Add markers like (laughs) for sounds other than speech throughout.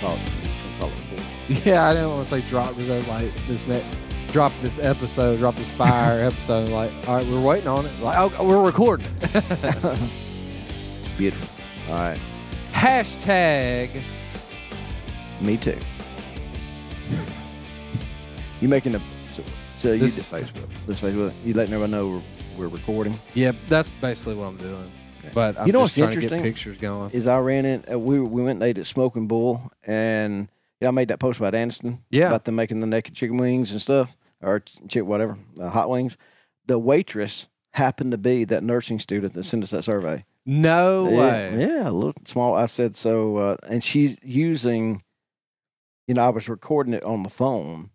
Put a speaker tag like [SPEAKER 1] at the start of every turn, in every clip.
[SPEAKER 1] talk. We just gonna talk before.
[SPEAKER 2] (laughs) Yeah, I didn't want to say drop this like this net, drop this episode, drop
[SPEAKER 1] (laughs)
[SPEAKER 2] this fire episode. Like, all right, we're waiting on it. Like, oh, we're recording it.
[SPEAKER 1] Beautiful. All right.
[SPEAKER 2] Hashtag.
[SPEAKER 1] Me too. you making a so, so you
[SPEAKER 2] This
[SPEAKER 1] d-
[SPEAKER 2] is Facebook.
[SPEAKER 1] Let's face it. You letting everyone know we're, we're recording.
[SPEAKER 2] Yeah, that's basically what I'm doing.
[SPEAKER 1] Okay.
[SPEAKER 2] But I'm
[SPEAKER 1] You know what's
[SPEAKER 2] just trying to
[SPEAKER 1] interesting?
[SPEAKER 2] get pictures going.
[SPEAKER 1] Is I ran in. Uh, we we went and ate at Smoking Bull, and yeah, I made that post about Aniston.
[SPEAKER 2] Yeah.
[SPEAKER 1] About them making the naked chicken wings and stuff, or ch- chick whatever, uh, hot wings. The waitress happened to be that nursing student that sent us that survey.
[SPEAKER 2] No
[SPEAKER 1] yeah,
[SPEAKER 2] way.
[SPEAKER 1] yeah, a little small. I said so, uh, and she's using. You know, I was recording it on the phone,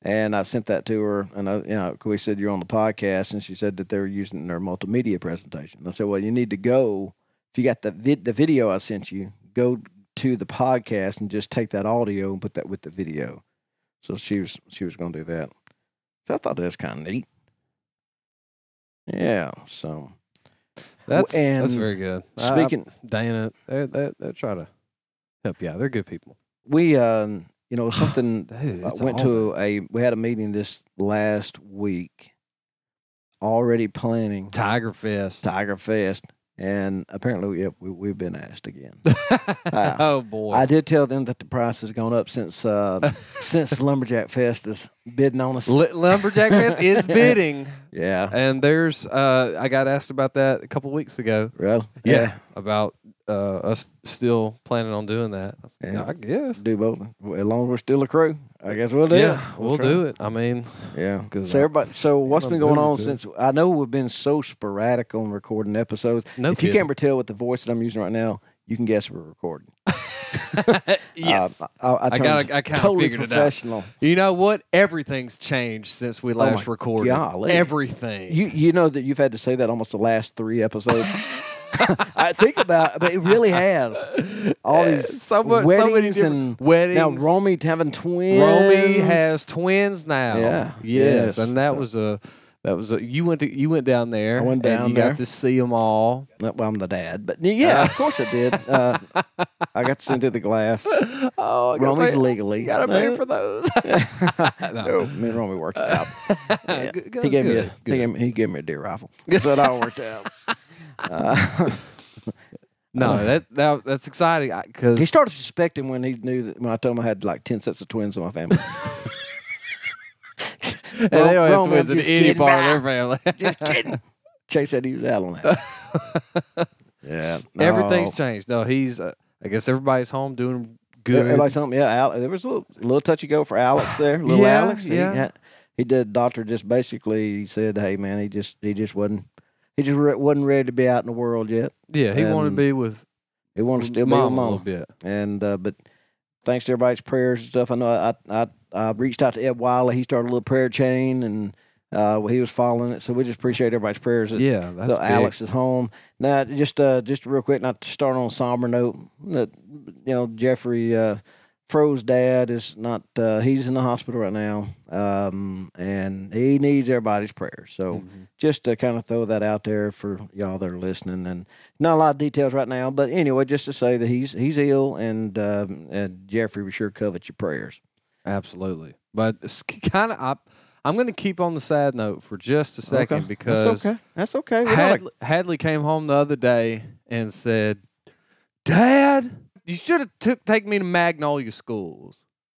[SPEAKER 1] and I sent that to her, and I, you know, we said you're on the podcast, and she said that they were using it in their multimedia presentation. I said, well, you need to go if you got the vid- the video I sent you, go to the podcast and just take that audio and put that with the video. So she was she was going to do that. So I thought that was kind of neat. Yeah. So
[SPEAKER 2] That's that's
[SPEAKER 1] and
[SPEAKER 2] very good. Speaking,
[SPEAKER 1] speaking.
[SPEAKER 2] Dana, they they they try to help you out. They're good people.
[SPEAKER 1] we um you know
[SPEAKER 2] (sighs)
[SPEAKER 1] something
[SPEAKER 2] Dude,
[SPEAKER 1] I
[SPEAKER 2] it's
[SPEAKER 1] went
[SPEAKER 2] all
[SPEAKER 1] to a we had a meeting this last week already planning
[SPEAKER 2] Tiger Fest.
[SPEAKER 1] tiger fest and apparently yeah, we, we've been asked again
[SPEAKER 2] (laughs) oh boy.
[SPEAKER 1] i did tell them that the price has gone up since
[SPEAKER 2] (laughs)
[SPEAKER 1] uh since lumberjack fest is bidding on us
[SPEAKER 2] L- Lumberjack
[SPEAKER 1] (laughs)
[SPEAKER 2] Fest is bidding,
[SPEAKER 1] yeah
[SPEAKER 2] (laughs) and there's uh, I got asked about that a couple weeks ago.
[SPEAKER 1] well
[SPEAKER 2] about uh, us still planning on doing that. I, said,
[SPEAKER 1] Yeah.
[SPEAKER 2] I guess.
[SPEAKER 1] do both as long as we're still a crew i guess we'll do it.
[SPEAKER 2] yeah, we'll
[SPEAKER 1] try.
[SPEAKER 2] do it. I mean,
[SPEAKER 1] Yeah.
[SPEAKER 2] 'Cause
[SPEAKER 1] So
[SPEAKER 2] I-
[SPEAKER 1] everybody, so what's
[SPEAKER 2] I'm
[SPEAKER 1] been going
[SPEAKER 2] really
[SPEAKER 1] on
[SPEAKER 2] good.
[SPEAKER 1] since? I know we've been so sporadic on recording episodes.
[SPEAKER 2] No
[SPEAKER 1] if you
[SPEAKER 2] kidding.
[SPEAKER 1] can't tell with the voice that I'm using right now, you can guess we're recording.
[SPEAKER 2] yes.
[SPEAKER 1] Uh, I, I,
[SPEAKER 2] I
[SPEAKER 1] turned
[SPEAKER 2] gotta- I kinda
[SPEAKER 1] totally
[SPEAKER 2] figured it out.
[SPEAKER 1] professional.
[SPEAKER 2] you know what? Everything's changed since we last
[SPEAKER 1] Oh my
[SPEAKER 2] recorded.
[SPEAKER 1] golly.
[SPEAKER 2] Everything.
[SPEAKER 1] You you know that you've had to say that almost the last three
[SPEAKER 2] (laughs)
[SPEAKER 1] episodes. I think about, it, but it really has all these
[SPEAKER 2] so much- so many
[SPEAKER 1] weddings
[SPEAKER 2] different-
[SPEAKER 1] and
[SPEAKER 2] weddings.
[SPEAKER 1] Now Romy having twins.
[SPEAKER 2] Romy has twins now.
[SPEAKER 1] Yeah.
[SPEAKER 2] Yes,
[SPEAKER 1] Yes.
[SPEAKER 2] and that was a that was a you went to you went down there.
[SPEAKER 1] I went down
[SPEAKER 2] and you
[SPEAKER 1] there.
[SPEAKER 2] got to see them all.
[SPEAKER 1] Well, I'm the dad, but yeah, of course it did. Uh,
[SPEAKER 2] (laughs)
[SPEAKER 1] I got to send it the glass.
[SPEAKER 2] Oh,
[SPEAKER 1] Romy's legally. No.
[SPEAKER 2] (laughs) those.
[SPEAKER 1] No, me and Romy worked it
[SPEAKER 2] (laughs)
[SPEAKER 1] out. Yeah.
[SPEAKER 2] Good-
[SPEAKER 1] (laughs) he
[SPEAKER 2] good-
[SPEAKER 1] gave me a
[SPEAKER 2] good,
[SPEAKER 1] he gave me, he gave me a deer rifle, so it all worked
[SPEAKER 2] (laughs)
[SPEAKER 1] out. Uh,
[SPEAKER 2] No, that, that that's exciting because
[SPEAKER 1] he
[SPEAKER 2] (laughs)
[SPEAKER 1] started suspecting when he knew that when I told him I had like ten sets of twins in my
[SPEAKER 2] (laughs)
[SPEAKER 1] family.
[SPEAKER 2] they don't have
[SPEAKER 1] Romy, I'm
[SPEAKER 2] twins in
[SPEAKER 1] just
[SPEAKER 2] any
[SPEAKER 1] kidding.
[SPEAKER 2] part of their family.
[SPEAKER 1] Just kidding. Chase said he was out on that.
[SPEAKER 2] (laughs)
[SPEAKER 1] yeah, no.
[SPEAKER 2] (laughs) Everything's changed. No, he's. Uh, I guess everybody's home doing good.
[SPEAKER 1] Everybody told me, yeah, Al, there was a little, little touch and go for Alex there, little
[SPEAKER 2] Yeah,
[SPEAKER 1] Alex. He,
[SPEAKER 2] yeah.
[SPEAKER 1] had- he did. Doctor just basically said, "Hey, man, he just he just wasn't he just re- wasn't ready to be out in the world yet.
[SPEAKER 2] yeah, he wanted to
[SPEAKER 1] and
[SPEAKER 2] be with
[SPEAKER 1] He wanted to still be with
[SPEAKER 2] mom a
[SPEAKER 1] mom.
[SPEAKER 2] little bit.
[SPEAKER 1] And uh, but thanks to everybody's prayers and stuff, I know I I, I reached out to Ed Wiley. He started a little prayer chain, and uh, he was following it. So we just appreciate everybody's prayers. That,
[SPEAKER 2] Yeah, that's
[SPEAKER 1] that Alex is home now. Just uh, just real quick, not to start on a somber note. That you know Jeffrey uh, Fro's dad is not. Uh, he's in the hospital right now, um, and he needs everybody's prayers. So
[SPEAKER 2] Mm-hmm.
[SPEAKER 1] just to kind of throw that out there for y'all that are listening, and not a lot of details right now, but anyway, just to say that he's he's ill, and um, and Jeffrey, we sure covet your prayers.
[SPEAKER 2] Absolutely, but it's kind of. I'm going to keep on the sad note for just a second because
[SPEAKER 1] that's okay, that's okay. We're not a-
[SPEAKER 2] Hadley, Hadley came home the other day and said, "Dad, you should have took take me to Magnolia Schools."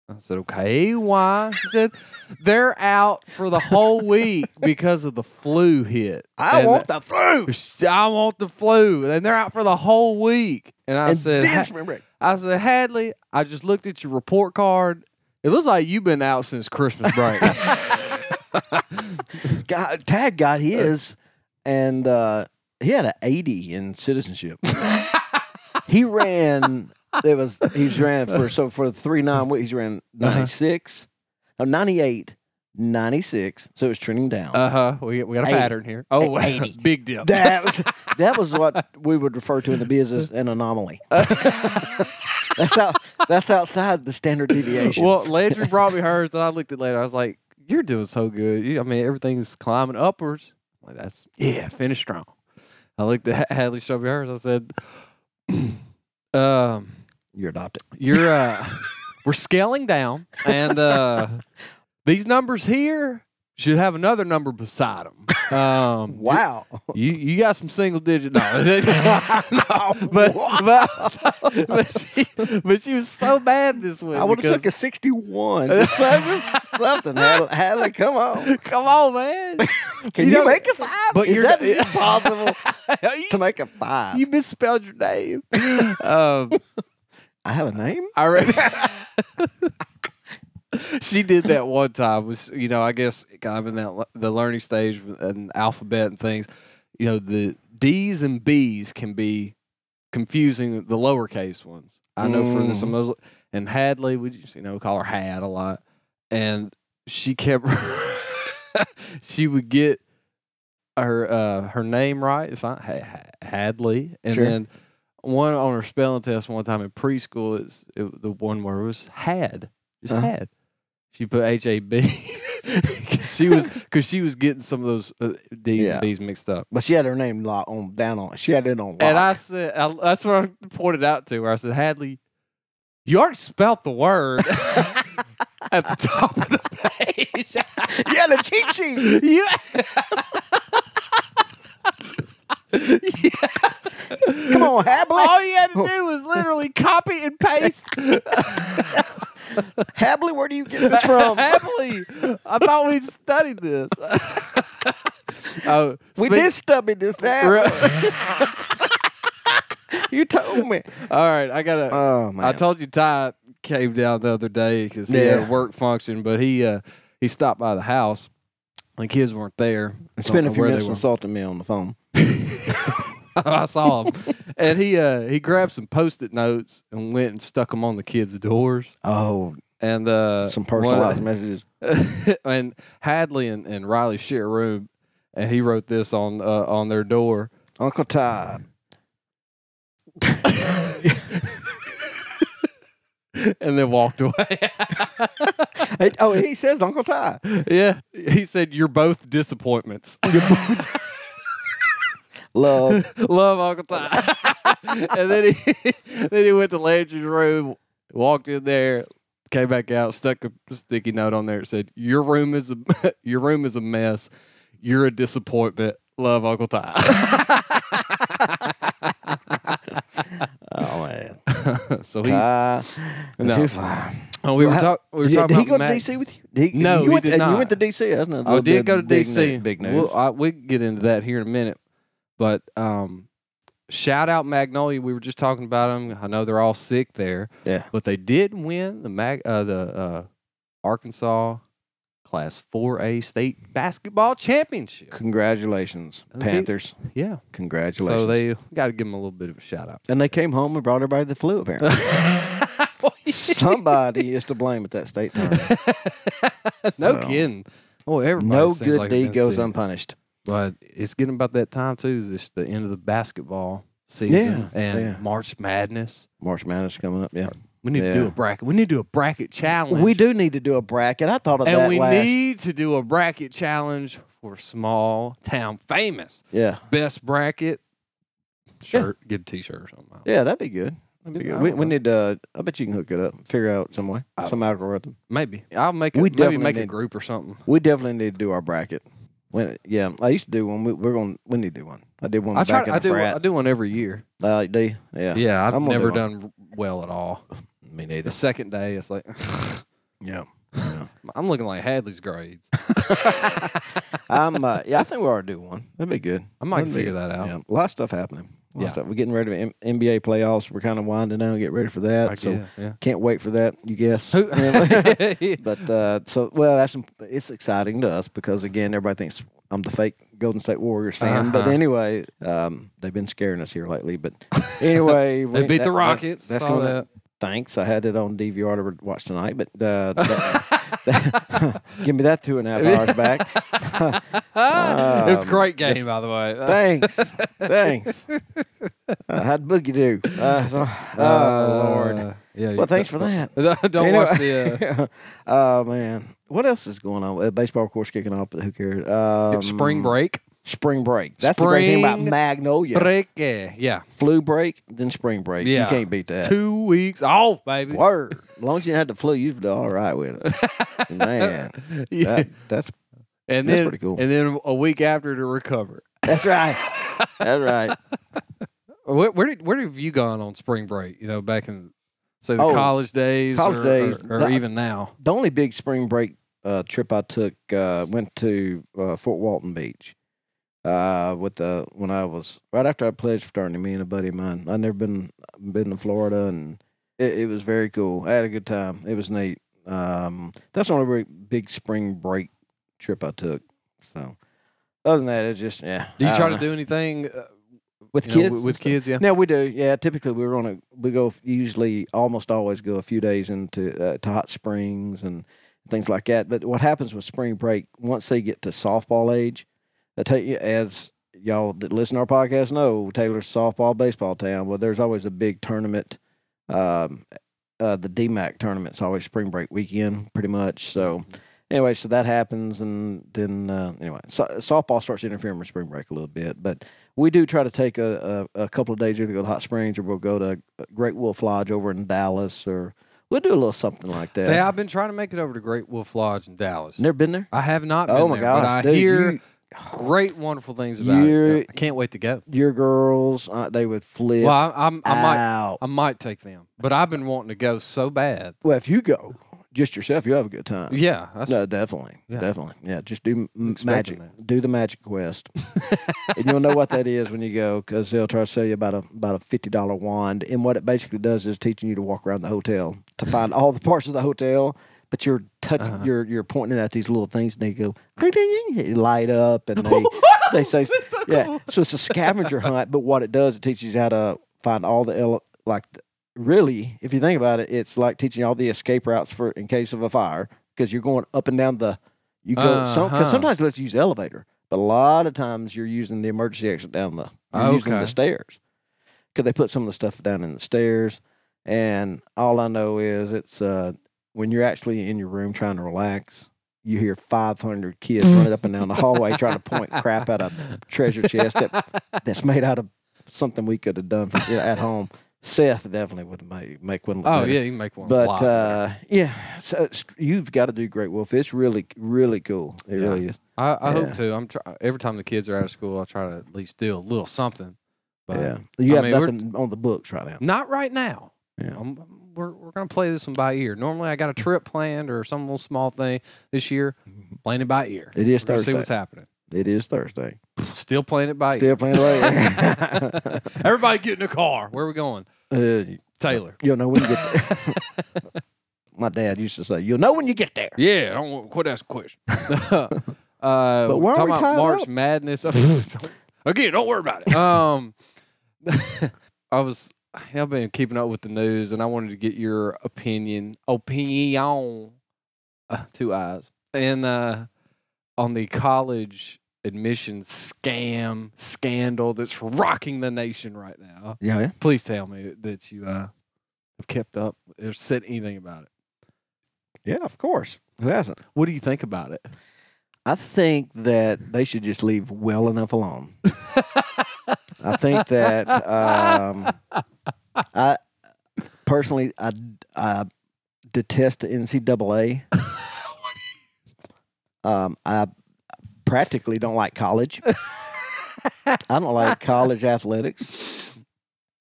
[SPEAKER 2] I said, "Okay, why?" She said, "They're out for
[SPEAKER 1] (laughs)
[SPEAKER 2] the whole week because of the flu hit."
[SPEAKER 1] I
[SPEAKER 2] And
[SPEAKER 1] want the flu.
[SPEAKER 2] (laughs) I want the flu, and they're out for the whole week. And I
[SPEAKER 1] And
[SPEAKER 2] said,
[SPEAKER 1] this
[SPEAKER 2] "Ha-
[SPEAKER 1] remember-
[SPEAKER 2] I said, Hadley, I just looked at your report card. It looks like you've been out since Christmas
[SPEAKER 1] (laughs)
[SPEAKER 2] break.
[SPEAKER 1] got, Tad got his, and uh, he had an eighty in
[SPEAKER 2] (laughs)
[SPEAKER 1] citizenship. he ran. It was he's ran for so for three nine weeks. He ran
[SPEAKER 2] Uh-huh.
[SPEAKER 1] 96, no, 98, 96. So it was trending down.
[SPEAKER 2] uh huh. We, we got a
[SPEAKER 1] Eighty.
[SPEAKER 2] pattern here. Oh,
[SPEAKER 1] Eighty.
[SPEAKER 2] (laughs) big deal.
[SPEAKER 1] that was that was what we would refer to in the business an anomaly. (laughs) that's out. That's outside the standard deviation. (laughs)
[SPEAKER 2] Well, Landry brought me hers, and I looked at later. I was like, "You're doing so good. You, I mean, everything's climbing upwards." I'm like that's yeah, finish strong. (laughs) I looked at Hadley showed me hers. I said, (clears throat) "Um,
[SPEAKER 1] You're adopted.
[SPEAKER 2] You're
[SPEAKER 1] (laughs)
[SPEAKER 2] uh we're scaling down and uh these numbers here should have another number beside them. Um
[SPEAKER 1] (laughs) Wow.
[SPEAKER 2] You you got some single
[SPEAKER 1] (laughs)
[SPEAKER 2] digit numbers.
[SPEAKER 1] No,
[SPEAKER 2] (laughs)
[SPEAKER 1] what?
[SPEAKER 2] But, but, but, she, but she was so bad this week.
[SPEAKER 1] I would have
[SPEAKER 2] because-
[SPEAKER 1] took a 61. Just something. something. Hadley, Hadley, come on.
[SPEAKER 2] Come on, man.
[SPEAKER 1] Can
[SPEAKER 2] (laughs) You
[SPEAKER 1] you,
[SPEAKER 2] know-
[SPEAKER 1] make a five?
[SPEAKER 2] but
[SPEAKER 1] But Is
[SPEAKER 2] you're-
[SPEAKER 1] that is it
[SPEAKER 2] (laughs)
[SPEAKER 1] possible to
[SPEAKER 2] you,
[SPEAKER 1] make a five?
[SPEAKER 2] you misspelled your name. (laughs) um,
[SPEAKER 1] I have a name?
[SPEAKER 2] I re- (laughs) she did that one time. Was you know, I guess kind of in that le- the learning stage and alphabet and things. You know, the D's and B's can be confusing. The lowercase ones, I know for the- some of those. And Hadley, we just you know call her Had a lot, and she kept. (laughs) she would get her uh, her name right if I Ha- Ha- Hadley, and
[SPEAKER 1] Sure.
[SPEAKER 2] then one on her spelling test one time in preschool. It's it, the one word was had, just
[SPEAKER 1] Uh-huh.
[SPEAKER 2] had. She put H A B. (laughs) 'Cause she was because she was getting some of those uh, D's
[SPEAKER 1] Yeah.
[SPEAKER 2] and B's mixed up.
[SPEAKER 1] But she had her name lo- on down on. She had it on. Lock.
[SPEAKER 2] And I said, I, that's what I pointed out to her. I said, Hadley, you already spelt the word (laughs) at the top
[SPEAKER 1] (laughs)
[SPEAKER 2] of the page.
[SPEAKER 1] yeah, the cheat sheet.
[SPEAKER 2] you.
[SPEAKER 1] Come on,
[SPEAKER 2] (laughs)
[SPEAKER 1] Habley.
[SPEAKER 2] All you had to do was literally copy and (laughs) paste
[SPEAKER 1] Habley, where do you get this
[SPEAKER 2] (laughs)
[SPEAKER 1] from?
[SPEAKER 2] Happily, I thought we studied this. (laughs) Oh,
[SPEAKER 1] we
[SPEAKER 2] speak-
[SPEAKER 1] did stubby this down.
[SPEAKER 2] Re-
[SPEAKER 1] You told me.
[SPEAKER 2] (laughs) All right, I gotta.
[SPEAKER 1] Oh man.
[SPEAKER 2] I told you Ty came down the other day because he had
[SPEAKER 1] Yeah.
[SPEAKER 2] a work function, but he uh, he stopped by the house. The kids weren't there. (laughs)
[SPEAKER 1] it's
[SPEAKER 2] Don't
[SPEAKER 1] been a
[SPEAKER 2] know
[SPEAKER 1] few
[SPEAKER 2] where they
[SPEAKER 1] minutes
[SPEAKER 2] were.
[SPEAKER 1] insulting me on the phone.
[SPEAKER 2] I saw (laughs) him, and he uh, he grabbed some post-it notes and went and stuck them on the kids' doors.
[SPEAKER 1] Oh,
[SPEAKER 2] And uh,
[SPEAKER 1] some
[SPEAKER 2] one-
[SPEAKER 1] personalized messages.
[SPEAKER 2] (laughs) and Hadley and, and Riley share a room, and he wrote this on uh, on their door.
[SPEAKER 1] Uncle Todd.
[SPEAKER 2] and then walked
[SPEAKER 1] (laughs)
[SPEAKER 2] away.
[SPEAKER 1] Hey, oh, (laughs) he says Uncle Todd.
[SPEAKER 2] yeah. He said, You're both disappointments. (laughs)
[SPEAKER 1] Love.
[SPEAKER 2] Love Uncle Ty. (laughs) and then he then he went to Landry's room, walked in there, came back out, stuck a sticky note on there. It said, Your room is a (laughs) your room is a mess. You're a disappointment. Love Uncle Ty.
[SPEAKER 1] Oh man.
[SPEAKER 2] (laughs) so he's
[SPEAKER 1] Ty.
[SPEAKER 2] No.
[SPEAKER 1] Too far.
[SPEAKER 2] oh, we were
[SPEAKER 1] How-
[SPEAKER 2] talking we were
[SPEAKER 1] Did
[SPEAKER 2] talking
[SPEAKER 1] he
[SPEAKER 2] about
[SPEAKER 1] go to
[SPEAKER 2] Matt.
[SPEAKER 1] DC with you? Did he,
[SPEAKER 2] No,
[SPEAKER 1] you
[SPEAKER 2] he
[SPEAKER 1] went,
[SPEAKER 2] did
[SPEAKER 1] to, You
[SPEAKER 2] not.
[SPEAKER 1] went to DC. That's another
[SPEAKER 2] I did
[SPEAKER 1] Oh, big-
[SPEAKER 2] go to
[SPEAKER 1] big
[SPEAKER 2] DC.
[SPEAKER 1] nu- Big news.
[SPEAKER 2] We'll, uh, I, we can get into that here in a minute, but um, shout out Magnolia. We were just talking about them. I know they're all sick there.
[SPEAKER 1] Yeah.
[SPEAKER 2] but they did win the mag uh, the uh, Arkansas Class Four A state basketball championship.
[SPEAKER 1] Congratulations,
[SPEAKER 2] That'd be-
[SPEAKER 1] Panthers.
[SPEAKER 2] Yeah,
[SPEAKER 1] Congratulations.
[SPEAKER 2] Oh, so they got to give them a little bit of a shout
[SPEAKER 1] (laughs)
[SPEAKER 2] out. (laughs)
[SPEAKER 1] and they came home and brought everybody the flu, apparently. Somebody is to blame at that state tournament.
[SPEAKER 2] no
[SPEAKER 1] So-
[SPEAKER 2] kidding. Oh, (laughs) everybody.
[SPEAKER 1] No
[SPEAKER 2] seems
[SPEAKER 1] good
[SPEAKER 2] like they've
[SPEAKER 1] deed
[SPEAKER 2] been
[SPEAKER 1] goes
[SPEAKER 2] sick.
[SPEAKER 1] unpunished.
[SPEAKER 2] But it's getting about that time too. It's the end of the basketball season
[SPEAKER 1] Yeah,
[SPEAKER 2] and
[SPEAKER 1] yeah.
[SPEAKER 2] March Madness.
[SPEAKER 1] March Madness coming up, yeah.
[SPEAKER 2] We need to do
[SPEAKER 1] Yeah.
[SPEAKER 2] a bracket. We need to do a bracket challenge.
[SPEAKER 1] We do need to do a bracket. I thought of
[SPEAKER 2] and
[SPEAKER 1] that
[SPEAKER 2] we
[SPEAKER 1] last.
[SPEAKER 2] need to do a bracket challenge for small town famous.
[SPEAKER 1] yeah,
[SPEAKER 2] Best bracket shirt. Get a t-shirt or something.
[SPEAKER 1] yeah, that'd be good. That'd be
[SPEAKER 2] Yeah,
[SPEAKER 1] good.
[SPEAKER 2] I
[SPEAKER 1] We,
[SPEAKER 2] don't
[SPEAKER 1] we
[SPEAKER 2] know.
[SPEAKER 1] need to. I bet you can hook it up. Figure out some way,
[SPEAKER 2] I-
[SPEAKER 1] some algorithm.
[SPEAKER 2] Maybe I'll make a,
[SPEAKER 1] We
[SPEAKER 2] maybe
[SPEAKER 1] definitely
[SPEAKER 2] make a
[SPEAKER 1] need-
[SPEAKER 2] group or something.
[SPEAKER 1] We definitely need to do our bracket. When, yeah, I used to do one. We, we're going. to We need to do one. I did one
[SPEAKER 2] I try.
[SPEAKER 1] back in
[SPEAKER 2] I
[SPEAKER 1] the
[SPEAKER 2] do. one- I
[SPEAKER 1] frat.
[SPEAKER 2] do one every year.
[SPEAKER 1] Uh, D. Yeah.
[SPEAKER 2] Yeah, I've
[SPEAKER 1] I'm gonna
[SPEAKER 2] never
[SPEAKER 1] do
[SPEAKER 2] done r- well at all.
[SPEAKER 1] Me
[SPEAKER 2] The
[SPEAKER 1] neither.
[SPEAKER 2] second day, it's like (laughs)
[SPEAKER 1] Yeah.
[SPEAKER 2] I'm looking like Hadley's grades.
[SPEAKER 1] (laughs) I'm. Uh, yeah, I think we ought to do one. That'd be good.
[SPEAKER 2] I might
[SPEAKER 1] That'd be-
[SPEAKER 2] figure that out.
[SPEAKER 1] Yeah, a lot of stuff happening. A lot of
[SPEAKER 2] Yeah.
[SPEAKER 1] stuff. We're getting ready for M- NBA playoffs. We're kind of winding down, get ready for that.
[SPEAKER 2] I
[SPEAKER 1] so
[SPEAKER 2] guess, yeah.
[SPEAKER 1] can't wait for that. (laughs) You guess.
[SPEAKER 2] (laughs) Who-
[SPEAKER 1] but uh, so well, that's it's exciting to us because again, everybody thinks I'm the fake Golden State Warriors fan. But
[SPEAKER 2] Uh-huh.
[SPEAKER 1] anyway, um, they've been scaring us here lately. But anyway,
[SPEAKER 2] (laughs) They
[SPEAKER 1] we-
[SPEAKER 2] beat
[SPEAKER 1] that-
[SPEAKER 2] the
[SPEAKER 1] that's-
[SPEAKER 2] Rockets.
[SPEAKER 1] That's,
[SPEAKER 2] saw
[SPEAKER 1] coming
[SPEAKER 2] that.
[SPEAKER 1] up. Thanks. I had it on DVR to watch tonight, but
[SPEAKER 2] (laughs)
[SPEAKER 1] uh, that- (laughs) give me that two and a half hours back.
[SPEAKER 2] (laughs)
[SPEAKER 1] (laughs)
[SPEAKER 2] it was a
[SPEAKER 1] Um,
[SPEAKER 2] great game,
[SPEAKER 1] just-
[SPEAKER 2] by the way. Uh, (laughs)
[SPEAKER 1] Thanks. Thanks. Uh, how'd Boogie do? Uh, so- oh, Lord.
[SPEAKER 2] uh, Yeah.
[SPEAKER 1] Well, thanks for that.
[SPEAKER 2] that. (laughs) Don't
[SPEAKER 1] Anyway.
[SPEAKER 2] watch the
[SPEAKER 1] (laughs) Uh, oh, man. What else is going on? Uh, baseball, of course, kicking off, but who cares? (laughs)
[SPEAKER 2] uh,
[SPEAKER 1] Um,
[SPEAKER 2] spring break.
[SPEAKER 1] spring break. That's the great thing about
[SPEAKER 2] Spring
[SPEAKER 1] Magnolia.
[SPEAKER 2] Break, yeah, yeah.
[SPEAKER 1] Flu break, then spring break. You
[SPEAKER 2] Yeah.
[SPEAKER 1] can't beat that.
[SPEAKER 2] Two weeks off, baby. (laughs)
[SPEAKER 1] Word. As long as you didn't have the flu, you'd be all right with it. Man,
[SPEAKER 2] Yeah.
[SPEAKER 1] that, that's
[SPEAKER 2] and
[SPEAKER 1] that's
[SPEAKER 2] then,
[SPEAKER 1] pretty cool.
[SPEAKER 2] And then a week after to recover.
[SPEAKER 1] that's right. That's right.
[SPEAKER 2] Where, where did where have you gone on spring break? You know, back in say the
[SPEAKER 1] Oh,
[SPEAKER 2] college days,
[SPEAKER 1] college
[SPEAKER 2] or,
[SPEAKER 1] days.
[SPEAKER 2] or, or
[SPEAKER 1] That-
[SPEAKER 2] even now.
[SPEAKER 1] The only big spring break uh, trip I took uh, went to uh, Fort Walton Beach uh, with the when I was right after I pledged fraternity. Me and a buddy of mine. I'd never been been to Florida, and it, it was very cool. I had a good time. It was neat. Um, that's the only big, big spring break trip I took. So other than that, it's just yeah.
[SPEAKER 2] Do you
[SPEAKER 1] I
[SPEAKER 2] try
[SPEAKER 1] don't
[SPEAKER 2] to
[SPEAKER 1] know.
[SPEAKER 2] do anything uh,
[SPEAKER 1] with
[SPEAKER 2] you know,
[SPEAKER 1] kids?
[SPEAKER 2] with-
[SPEAKER 1] and
[SPEAKER 2] with
[SPEAKER 1] stuff?
[SPEAKER 2] kids? Yeah.
[SPEAKER 1] No, we do. Yeah, typically we're on a we go usually almost always go a few days into uh, to hot springs and things like that. But what happens with spring break once they get to softball age, I tell you as y'all that listen to our podcast know, Taylor's softball baseball town. Well, there's always a big tournament. Um, uh, the DMAC tournament's always spring break weekend, pretty much. So. Anyway, so that happens, and then uh, anyway, so, softball starts interfering with spring break a little bit, but we do try to take a, a, a couple of days either go to Hot Springs or we'll go to Great Wolf Lodge over in Dallas or we'll do a little something like that.
[SPEAKER 2] Say, I've been trying to make it over to Great Wolf Lodge in Dallas.
[SPEAKER 1] Never been there?
[SPEAKER 2] I have not been
[SPEAKER 1] Oh my
[SPEAKER 2] there,
[SPEAKER 1] gosh,
[SPEAKER 2] but I
[SPEAKER 1] dude,
[SPEAKER 2] hear
[SPEAKER 1] you-
[SPEAKER 2] great, wonderful things about
[SPEAKER 1] You're-
[SPEAKER 2] it. I can't wait to go.
[SPEAKER 1] your girls uh, they would flip
[SPEAKER 2] Well, I, I'm, I might,
[SPEAKER 1] out.
[SPEAKER 2] I might take them, but I've been wanting to go so bad.
[SPEAKER 1] well, if you go just yourself, you'll have a good time.
[SPEAKER 2] Yeah, that's, (laughs)
[SPEAKER 1] No, definitely,
[SPEAKER 2] Yeah.
[SPEAKER 1] definitely, yeah. Just do m-
[SPEAKER 2] Expecting
[SPEAKER 1] magic,
[SPEAKER 2] that.
[SPEAKER 1] do the magic quest,
[SPEAKER 2] (laughs)
[SPEAKER 1] and you'll know what that is when you go, because they'll try to sell you about a about a fifty dollar wand, and what it basically does is teaching you to walk around the hotel to find all the parts of the hotel, but you're touching,
[SPEAKER 2] Uh-huh.
[SPEAKER 1] you're you're pointing at these little things, and they go, "Ding, ding, ding," it light up, and
[SPEAKER 2] (laughs)
[SPEAKER 1] they they say, (laughs) yeah. So it's a scavenger hunt, but what it does, it teaches you how to find all the ele- like. th- Really, if you think about it, it's like teaching you all the escape routes for in case of a fire because you're going up and down the. You go some
[SPEAKER 2] Uh-huh.
[SPEAKER 1] because sometimes let's use elevator, but a lot of times you're using the emergency exit down the you're using
[SPEAKER 2] Okay.
[SPEAKER 1] the stairs because they put some of the stuff down in the stairs. And all I know is it's uh, when you're actually in your room trying to relax, you hear 500 kids running up and down the hallway trying to point crap at a treasure chest that, that's made out of something we could have done for, yeah, at home. Seth definitely would make make one. Look
[SPEAKER 2] Oh
[SPEAKER 1] better.
[SPEAKER 2] yeah, you can make one.
[SPEAKER 1] But
[SPEAKER 2] lot better.
[SPEAKER 1] uh, yeah, so it's- you've got to do Great Wolf. It's really, really cool. It
[SPEAKER 2] Yeah.
[SPEAKER 1] really is.
[SPEAKER 2] I, I
[SPEAKER 1] yeah.
[SPEAKER 2] hope to. I'm try- every time the kids are out of school, I try to at least do a little something. But
[SPEAKER 1] yeah, you
[SPEAKER 2] I
[SPEAKER 1] have
[SPEAKER 2] mean, we're-
[SPEAKER 1] nothing on the books right now.
[SPEAKER 2] Not right now.
[SPEAKER 1] Yeah.
[SPEAKER 2] Um, we're we're gonna play this one by ear. Normally, I got a trip planned or some little small thing. This year, playing it by ear.
[SPEAKER 1] Mm-hmm. It is
[SPEAKER 2] We're gonna see what's
[SPEAKER 1] Thursday.
[SPEAKER 2] happening.
[SPEAKER 1] It is Thursday.
[SPEAKER 2] Still playing it by
[SPEAKER 1] Still playing later.
[SPEAKER 2] (laughs) ear. (laughs) Everybody get in the car. Where are we going,
[SPEAKER 1] uh,
[SPEAKER 2] Taylor?
[SPEAKER 1] you'll know when you get there. (laughs) My dad used to say, "You'll know when you get there."
[SPEAKER 2] Yeah, I don't want, quit asking questions.
[SPEAKER 1] (laughs)
[SPEAKER 2] uh, but
[SPEAKER 1] why are
[SPEAKER 2] talking
[SPEAKER 1] we
[SPEAKER 2] about
[SPEAKER 1] tied
[SPEAKER 2] March
[SPEAKER 1] up? (laughs)
[SPEAKER 2] Madness (laughs) again? Don't worry about it. Um, (laughs) I was I've been keeping up with the news, and I wanted to get your opinion opinion uh, two eyes and uh, on the college admissions scam scandal that's rocking the nation right now.
[SPEAKER 1] Yeah, yeah.
[SPEAKER 2] Please tell me that you uh, have kept up or said anything about it.
[SPEAKER 1] yeah, of course. Who hasn't?
[SPEAKER 2] What do you think about it?
[SPEAKER 1] I think that they should just leave well enough alone. I think that um, I personally I, I detest the
[SPEAKER 2] (laughs)
[SPEAKER 1] NCAA. um, I practically don't like college. I don't like college athletics.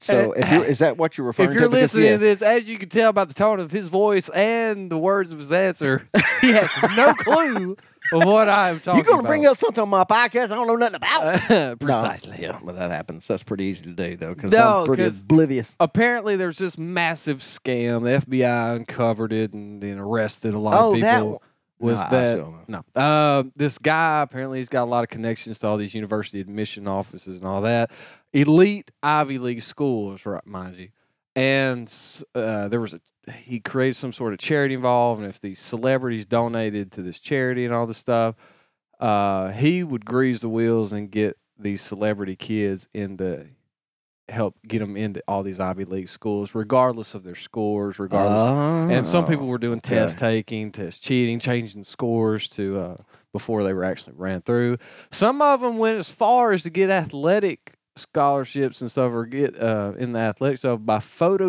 [SPEAKER 1] So, if you're, is that what you're referring
[SPEAKER 2] if
[SPEAKER 1] to?
[SPEAKER 2] you're
[SPEAKER 1] Because,
[SPEAKER 2] listening
[SPEAKER 1] yes.
[SPEAKER 2] to this, as you can tell by the tone of his voice and the words of his answer, he has (laughs) no clue of what I'm talking
[SPEAKER 1] you're going to bring
[SPEAKER 2] about.
[SPEAKER 1] up something on my podcast I don't know nothing about.
[SPEAKER 2] (laughs)
[SPEAKER 1] No,
[SPEAKER 2] precisely.
[SPEAKER 1] yeah, but that happens. That's pretty easy to do, though, because
[SPEAKER 2] No,
[SPEAKER 1] I'm pretty
[SPEAKER 2] 'cause-
[SPEAKER 1] oblivious.
[SPEAKER 2] Apparently, there's this massive scam. The FBI uncovered it and, and arrested a lot
[SPEAKER 1] Oh,
[SPEAKER 2] of people.
[SPEAKER 1] that
[SPEAKER 2] was
[SPEAKER 1] Nah, I
[SPEAKER 2] that
[SPEAKER 1] still don't know.
[SPEAKER 2] no? Uh, this guy apparently he's got a lot of connections to all these university admission offices and all that. Elite Ivy League schools, right, mind you. And s- uh, there was a he created some sort of charity involved, and if these celebrities donated to this charity and all this stuff, uh, he would grease the wheels and get these celebrity kids into help get them into all these Ivy League schools, regardless of their scores, regardless. and some people were doing
[SPEAKER 1] Oh, okay.
[SPEAKER 2] test taking, test cheating, changing scores to uh, before they were actually ran through. Some of them went as far as to get athletic scholarships and stuff, or get uh, in the athletics of by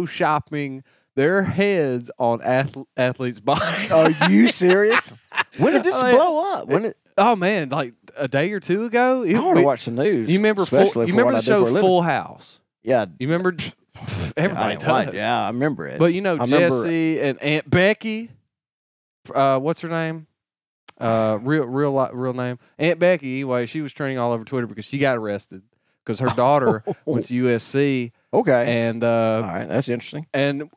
[SPEAKER 2] photoshopping their heads on ath- athletes' (laughs)
[SPEAKER 1] (laughs)
[SPEAKER 2] bodies.
[SPEAKER 1] Are you serious? when
[SPEAKER 2] (laughs)
[SPEAKER 1] did this
[SPEAKER 2] Oh, yeah.
[SPEAKER 1] blow up? When did,
[SPEAKER 2] oh man, like a day or two ago.
[SPEAKER 1] I
[SPEAKER 2] it-
[SPEAKER 1] want
[SPEAKER 2] we-
[SPEAKER 1] to watch the news.
[SPEAKER 2] you remember? Full,
[SPEAKER 1] especially
[SPEAKER 2] you
[SPEAKER 1] for
[SPEAKER 2] remember
[SPEAKER 1] what
[SPEAKER 2] the
[SPEAKER 1] I do
[SPEAKER 2] show
[SPEAKER 1] for a living.
[SPEAKER 2] Full House?
[SPEAKER 1] Yeah, (laughs)
[SPEAKER 2] You remember? (laughs)
[SPEAKER 1] I
[SPEAKER 2] Everybody
[SPEAKER 1] didn't
[SPEAKER 2] does.
[SPEAKER 1] watch- yeah, I remember it.
[SPEAKER 2] But you know
[SPEAKER 1] I remember-
[SPEAKER 2] Jesse and Aunt Becky. Uh, what's her name? Uh, real, real, li- real name. Aunt Becky. Anyway, she was trending all over Twitter because she got arrested because her
[SPEAKER 1] (laughs)
[SPEAKER 2] daughter (laughs) went to USC
[SPEAKER 1] Oh, okay,
[SPEAKER 2] and
[SPEAKER 1] all
[SPEAKER 2] uh,
[SPEAKER 1] Oh. right, that's interesting.
[SPEAKER 2] and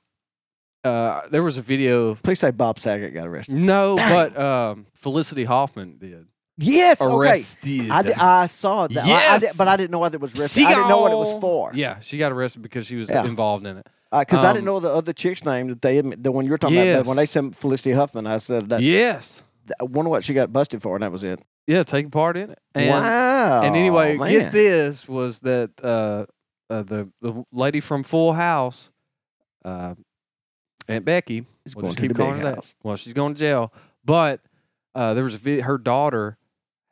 [SPEAKER 2] uh, there was a video.
[SPEAKER 1] Please say Bob Saget got arrested.
[SPEAKER 2] No,
[SPEAKER 1] Dang.
[SPEAKER 2] but um, Felicity Hoffman did
[SPEAKER 1] Yes,
[SPEAKER 2] arrested.
[SPEAKER 1] I, di- I saw that. I, I did,
[SPEAKER 2] Yes!
[SPEAKER 1] but I didn't know what it was. Arrested.
[SPEAKER 2] She
[SPEAKER 1] I didn't know what it
[SPEAKER 2] all-
[SPEAKER 1] was for.
[SPEAKER 2] Yeah, she got arrested because she was
[SPEAKER 1] Yeah.
[SPEAKER 2] involved in it.
[SPEAKER 1] because I
[SPEAKER 2] Um,
[SPEAKER 1] didn't know the other chick's name that they admi- the one you were talking about. but When they
[SPEAKER 2] Yes.
[SPEAKER 1] said Felicity Huffman, I said that.
[SPEAKER 2] yes.
[SPEAKER 1] th- I wonder what she got busted for, and that was it.
[SPEAKER 2] Yeah, taking part in it. And
[SPEAKER 1] wow.
[SPEAKER 2] and anyway,
[SPEAKER 1] man.
[SPEAKER 2] get this was that uh, uh, the the lady from Full House, uh, Aunt Becky.
[SPEAKER 1] It's
[SPEAKER 2] We'll
[SPEAKER 1] going
[SPEAKER 2] just
[SPEAKER 1] to
[SPEAKER 2] keep
[SPEAKER 1] the
[SPEAKER 2] calling
[SPEAKER 1] big
[SPEAKER 2] her that.
[SPEAKER 1] house.
[SPEAKER 2] Well, she's going to jail. But uh, there was a vid- her daughter.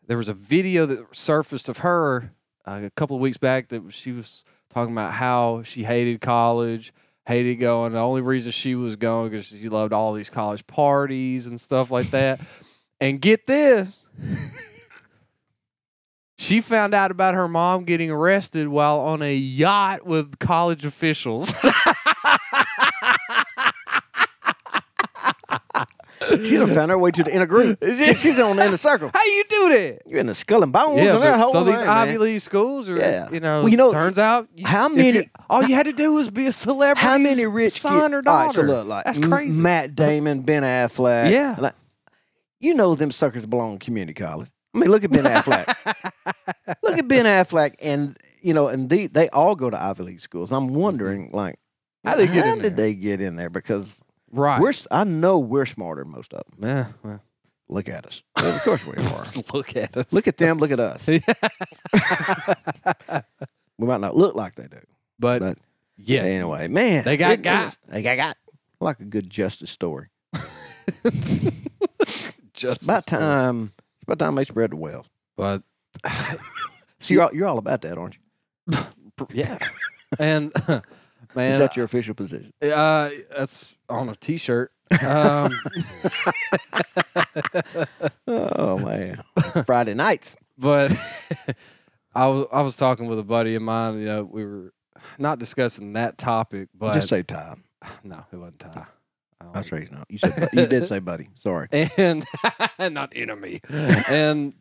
[SPEAKER 2] There was a video that surfaced of her uh, a couple of weeks back that she was talking about how she hated college, hated going. The only reason she was going because she loved all these college parties and stuff like (laughs) that. and get this. She found out about her mom getting arrested while on a yacht with college officials. (laughs)
[SPEAKER 1] She done found her way to the inner
[SPEAKER 2] (laughs)
[SPEAKER 1] group. She's on the inner circle.
[SPEAKER 2] How you do that?
[SPEAKER 1] You're in the skull and bones and that
[SPEAKER 2] but-
[SPEAKER 1] whole
[SPEAKER 2] so
[SPEAKER 1] thing,
[SPEAKER 2] these
[SPEAKER 1] man.
[SPEAKER 2] Ivy League schools are,
[SPEAKER 1] Yeah.
[SPEAKER 2] you know,
[SPEAKER 1] Well, you know,
[SPEAKER 2] turns out you-
[SPEAKER 1] how
[SPEAKER 2] if
[SPEAKER 1] many-
[SPEAKER 2] you- all you had to do was be a celebrity.
[SPEAKER 1] How many rich
[SPEAKER 2] son
[SPEAKER 1] kid-
[SPEAKER 2] or
[SPEAKER 1] All right, so
[SPEAKER 2] daughter?
[SPEAKER 1] look, like
[SPEAKER 2] That's
[SPEAKER 1] M-
[SPEAKER 2] crazy.
[SPEAKER 1] Matt Damon, Ben Affleck.
[SPEAKER 2] Yeah.
[SPEAKER 1] like, you know them suckers belong to community college. I mean, look at Ben Affleck.
[SPEAKER 2] (laughs)
[SPEAKER 1] Look at Ben Affleck, and you know, and they they all go to Ivy League schools. I'm wondering, like,
[SPEAKER 2] How they get
[SPEAKER 1] how
[SPEAKER 2] in
[SPEAKER 1] did
[SPEAKER 2] there?
[SPEAKER 1] they get in there? Because
[SPEAKER 2] Right.
[SPEAKER 1] we're s- I know we're smarter than most of them.
[SPEAKER 2] yeah, well,
[SPEAKER 1] Look at us. of course we
[SPEAKER 2] (laughs)
[SPEAKER 1] are.
[SPEAKER 2] look at us.
[SPEAKER 1] (laughs) Look at them. Look at us. (laughs) we might not look like they do.
[SPEAKER 2] but,
[SPEAKER 1] but-
[SPEAKER 2] yeah,
[SPEAKER 1] Anyway, man,
[SPEAKER 2] They got
[SPEAKER 1] it- it
[SPEAKER 2] got.
[SPEAKER 1] was- they got got. I like a good justice story.
[SPEAKER 2] just
[SPEAKER 1] It's about time. It's about time they spread the wealth.
[SPEAKER 2] But
[SPEAKER 1] So you're all, you're all about that, aren't you? (laughs)
[SPEAKER 2] yeah, and (laughs) man,
[SPEAKER 1] Is that your official
[SPEAKER 2] (laughs)
[SPEAKER 1] position?
[SPEAKER 2] uh, that's on a t-shirt.
[SPEAKER 1] (laughs)
[SPEAKER 2] Um,
[SPEAKER 1] Oh man, Friday nights.
[SPEAKER 2] but I was I was talking with a buddy of mine. You know, we were not discussing that topic, (laughs) but
[SPEAKER 1] Just say time.
[SPEAKER 2] no, it wasn't Ty. I don't-
[SPEAKER 1] That's right. No, you
[SPEAKER 2] (laughs)
[SPEAKER 1] said bu- you did say buddy. Sorry.
[SPEAKER 2] and (laughs) not enemy. and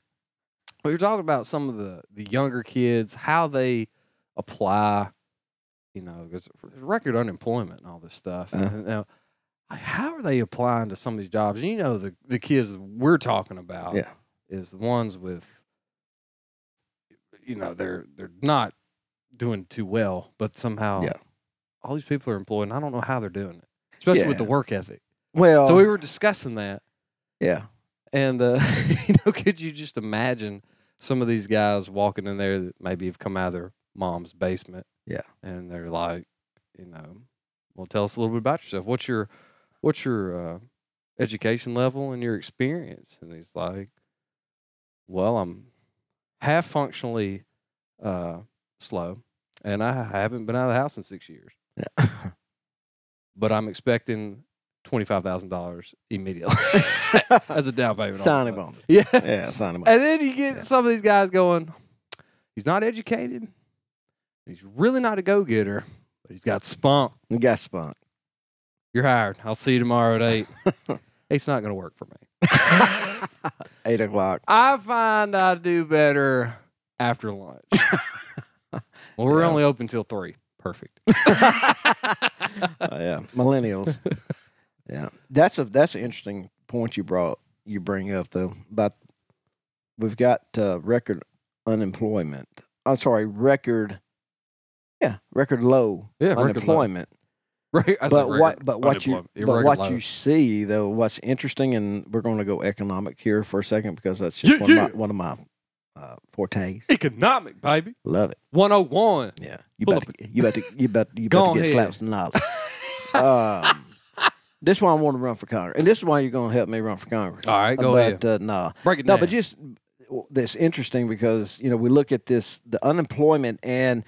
[SPEAKER 2] we were talking about some of the the younger kids, how they apply, you know, because record unemployment and all this stuff.
[SPEAKER 1] Uh-huh.
[SPEAKER 2] And now, like, how are they applying to some of these jobs? And you know, the the kids we're talking about
[SPEAKER 1] Yeah.
[SPEAKER 2] is the ones with, you know, they're they're not doing too well, but somehow,
[SPEAKER 1] Yeah.
[SPEAKER 2] all these people are employed, and I don't know how they're doing it, especially with the
[SPEAKER 1] Yeah. Oh.
[SPEAKER 2] work ethic.
[SPEAKER 1] Well,
[SPEAKER 2] So we were discussing that. (laughs)
[SPEAKER 1] yeah.
[SPEAKER 2] And uh, you know, could you just imagine some of these guys walking in there that maybe have come out of their mom's basement?
[SPEAKER 1] Yeah.
[SPEAKER 2] and they're like, you know, well, tell us a little bit about yourself. What's your, what's your uh, education level and your experience? And he's like, well, I'm half functionally uh, slow, and I haven't been out of the house in six years,
[SPEAKER 1] yeah. (laughs)
[SPEAKER 2] but I'm expecting twenty five thousand dollars
[SPEAKER 1] (laughs)
[SPEAKER 2] immediately as a down payment. on the
[SPEAKER 1] sign him
[SPEAKER 2] stuff."
[SPEAKER 1] on.
[SPEAKER 2] (laughs) Yeah.
[SPEAKER 1] Yeah, sign
[SPEAKER 2] (laughs)
[SPEAKER 1] him on.
[SPEAKER 2] And then you get
[SPEAKER 1] Yeah.
[SPEAKER 2] some of these guys going, he's not educated. He's really not a go getter, but he's got spunk.
[SPEAKER 1] You got spunk.
[SPEAKER 2] You're hired. I'll see you tomorrow
[SPEAKER 1] (laughs)
[SPEAKER 2] at eight. it's not going to work for me.
[SPEAKER 1] (laughs) Eight
[SPEAKER 2] (laughs)
[SPEAKER 1] o'clock.
[SPEAKER 2] I find I do better
[SPEAKER 1] (laughs)
[SPEAKER 2] after lunch. well, we're
[SPEAKER 1] Yeah.
[SPEAKER 2] only open till three.
[SPEAKER 1] (laughs)
[SPEAKER 2] Perfect. (laughs)
[SPEAKER 1] Oh, yeah, millennials. yeah, that's a that's an interesting point you brought you bring up though. But we've got uh, record unemployment. I'm sorry, record. Yeah, record low
[SPEAKER 2] Yeah, record low.
[SPEAKER 1] unemployment.
[SPEAKER 2] Right. I said
[SPEAKER 1] But
[SPEAKER 2] record
[SPEAKER 1] what but what you
[SPEAKER 2] unemployment. Yeah,
[SPEAKER 1] but
[SPEAKER 2] record
[SPEAKER 1] what
[SPEAKER 2] low.
[SPEAKER 1] you see though, what's interesting, and we're going to go economic here for a second because that's
[SPEAKER 2] Yeah,
[SPEAKER 1] just one,
[SPEAKER 2] yeah.
[SPEAKER 1] Of my, one of my uh, Fortes.
[SPEAKER 2] Economic, baby.
[SPEAKER 1] Love it.
[SPEAKER 2] 101.
[SPEAKER 1] Yeah, you
[SPEAKER 2] Pull
[SPEAKER 1] about
[SPEAKER 2] up
[SPEAKER 1] to, you about to you about you
[SPEAKER 2] Go
[SPEAKER 1] about
[SPEAKER 2] on
[SPEAKER 1] to get
[SPEAKER 2] ahead.
[SPEAKER 1] slaps and knowledge. um, this is why I want to run for Congress, and this is why you're going to help me run for Congress.
[SPEAKER 2] All right, go
[SPEAKER 1] but,
[SPEAKER 2] ahead.
[SPEAKER 1] Uh, no,
[SPEAKER 2] Break it
[SPEAKER 1] no,
[SPEAKER 2] down.
[SPEAKER 1] but just that's interesting because you know we look at this the unemployment, and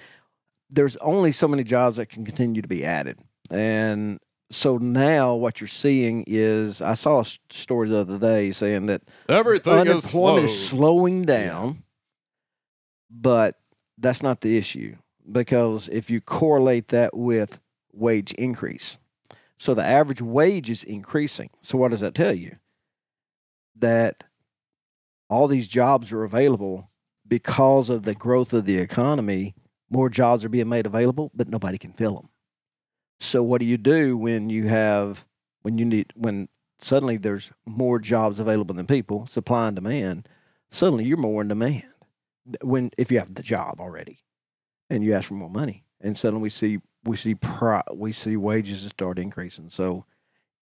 [SPEAKER 1] there's only so many jobs that can continue to be added, and so now what you're seeing is I saw a s- story the other day saying that
[SPEAKER 2] Everything is
[SPEAKER 1] unemployment is,
[SPEAKER 2] slow.
[SPEAKER 1] slowing down, but that's not the issue because if you correlate that with wage increase, so the average wage is increasing. So what does that tell you? That all these jobs are available because of the growth of the economy. More jobs are being made available, but nobody can fill them. So what do you do when you have when you need when suddenly there's more jobs available than people, supply and demand, suddenly you're more in demand th- when if you have the job already and you ask for more money. And suddenly we see we see pri we see wages that start increasing. So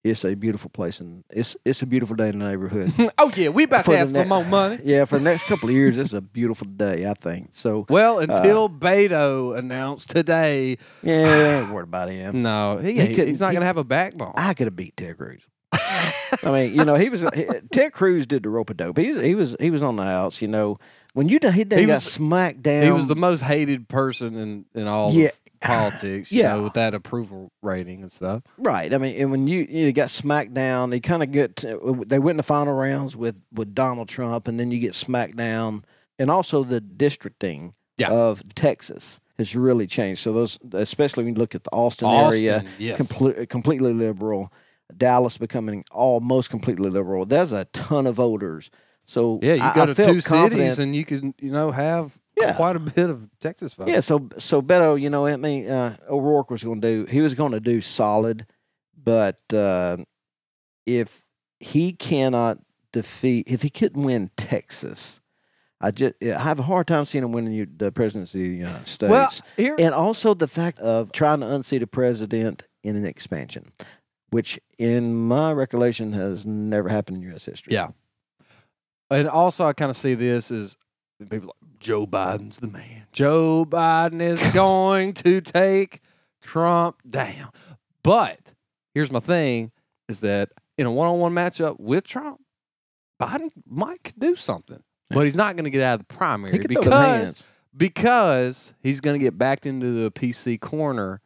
[SPEAKER 1] it's a beautiful place and it's it's a beautiful day in the
[SPEAKER 2] (laughs)
[SPEAKER 1] neighborhood.
[SPEAKER 2] oh, yeah. We about
[SPEAKER 1] For
[SPEAKER 2] to
[SPEAKER 1] the
[SPEAKER 2] ask for
[SPEAKER 1] ne-
[SPEAKER 2] more money.
[SPEAKER 1] yeah, for the next couple of years, this is a beautiful day, I think. So
[SPEAKER 2] Well, until Beto announced today,
[SPEAKER 1] yeah, don't worry about him.
[SPEAKER 2] no, he,
[SPEAKER 1] He couldn't-
[SPEAKER 2] he's not
[SPEAKER 1] he-
[SPEAKER 2] going to have a backbone.
[SPEAKER 1] I could have beat Ted Cruz. I mean, you know, he was he, Ted Cruz did the rope a dope. He was, he was he was on the outs. You know, when you done- he, done
[SPEAKER 2] He
[SPEAKER 1] got
[SPEAKER 2] was-
[SPEAKER 1] smacked down.
[SPEAKER 2] he was the most hated person in in all
[SPEAKER 1] Yeah.
[SPEAKER 2] of politics.
[SPEAKER 1] Yeah.
[SPEAKER 2] you know, with that approval rating and stuff.
[SPEAKER 1] right. I mean, and when you you got smacked down, they kind of get they went in the final rounds with with Donald Trump, and then you get smacked down, and also the districting
[SPEAKER 2] Yeah.
[SPEAKER 1] of Texas has really changed. So those, especially when you look at the Austin, area,
[SPEAKER 2] Austin, yes.
[SPEAKER 1] comple- completely liberal. Dallas becoming almost completely liberal. There's a ton of voters. So
[SPEAKER 2] yeah, you
[SPEAKER 1] I-
[SPEAKER 2] go
[SPEAKER 1] I
[SPEAKER 2] to
[SPEAKER 1] felt
[SPEAKER 2] two
[SPEAKER 1] confident-
[SPEAKER 2] cities and you can you know have
[SPEAKER 1] Yeah.
[SPEAKER 2] quite a bit of Texas vote.
[SPEAKER 1] yeah, so so Beto, you know, I mean, uh, O'Rourke was going to do. He was going to do solid, but uh, if he cannot defeat, if he couldn't win Texas, I just I have a hard time seeing him winning you- the presidency of the United States.
[SPEAKER 2] Well, here
[SPEAKER 1] and also the fact of trying to unseat a president in an expansion, which in my recollection has never happened in U.S. history.
[SPEAKER 2] Yeah. and also I kind of see this as people like Joe Biden's the man. Joe
[SPEAKER 1] (laughs)
[SPEAKER 2] Biden is going to take Trump down. But here's my thing is that in a one-on-one matchup with Trump, Biden might could do something. But he's not going to get out of the primary
[SPEAKER 1] He could throw them
[SPEAKER 2] because
[SPEAKER 1] hands.
[SPEAKER 2] because he's going to get backed into the PC corner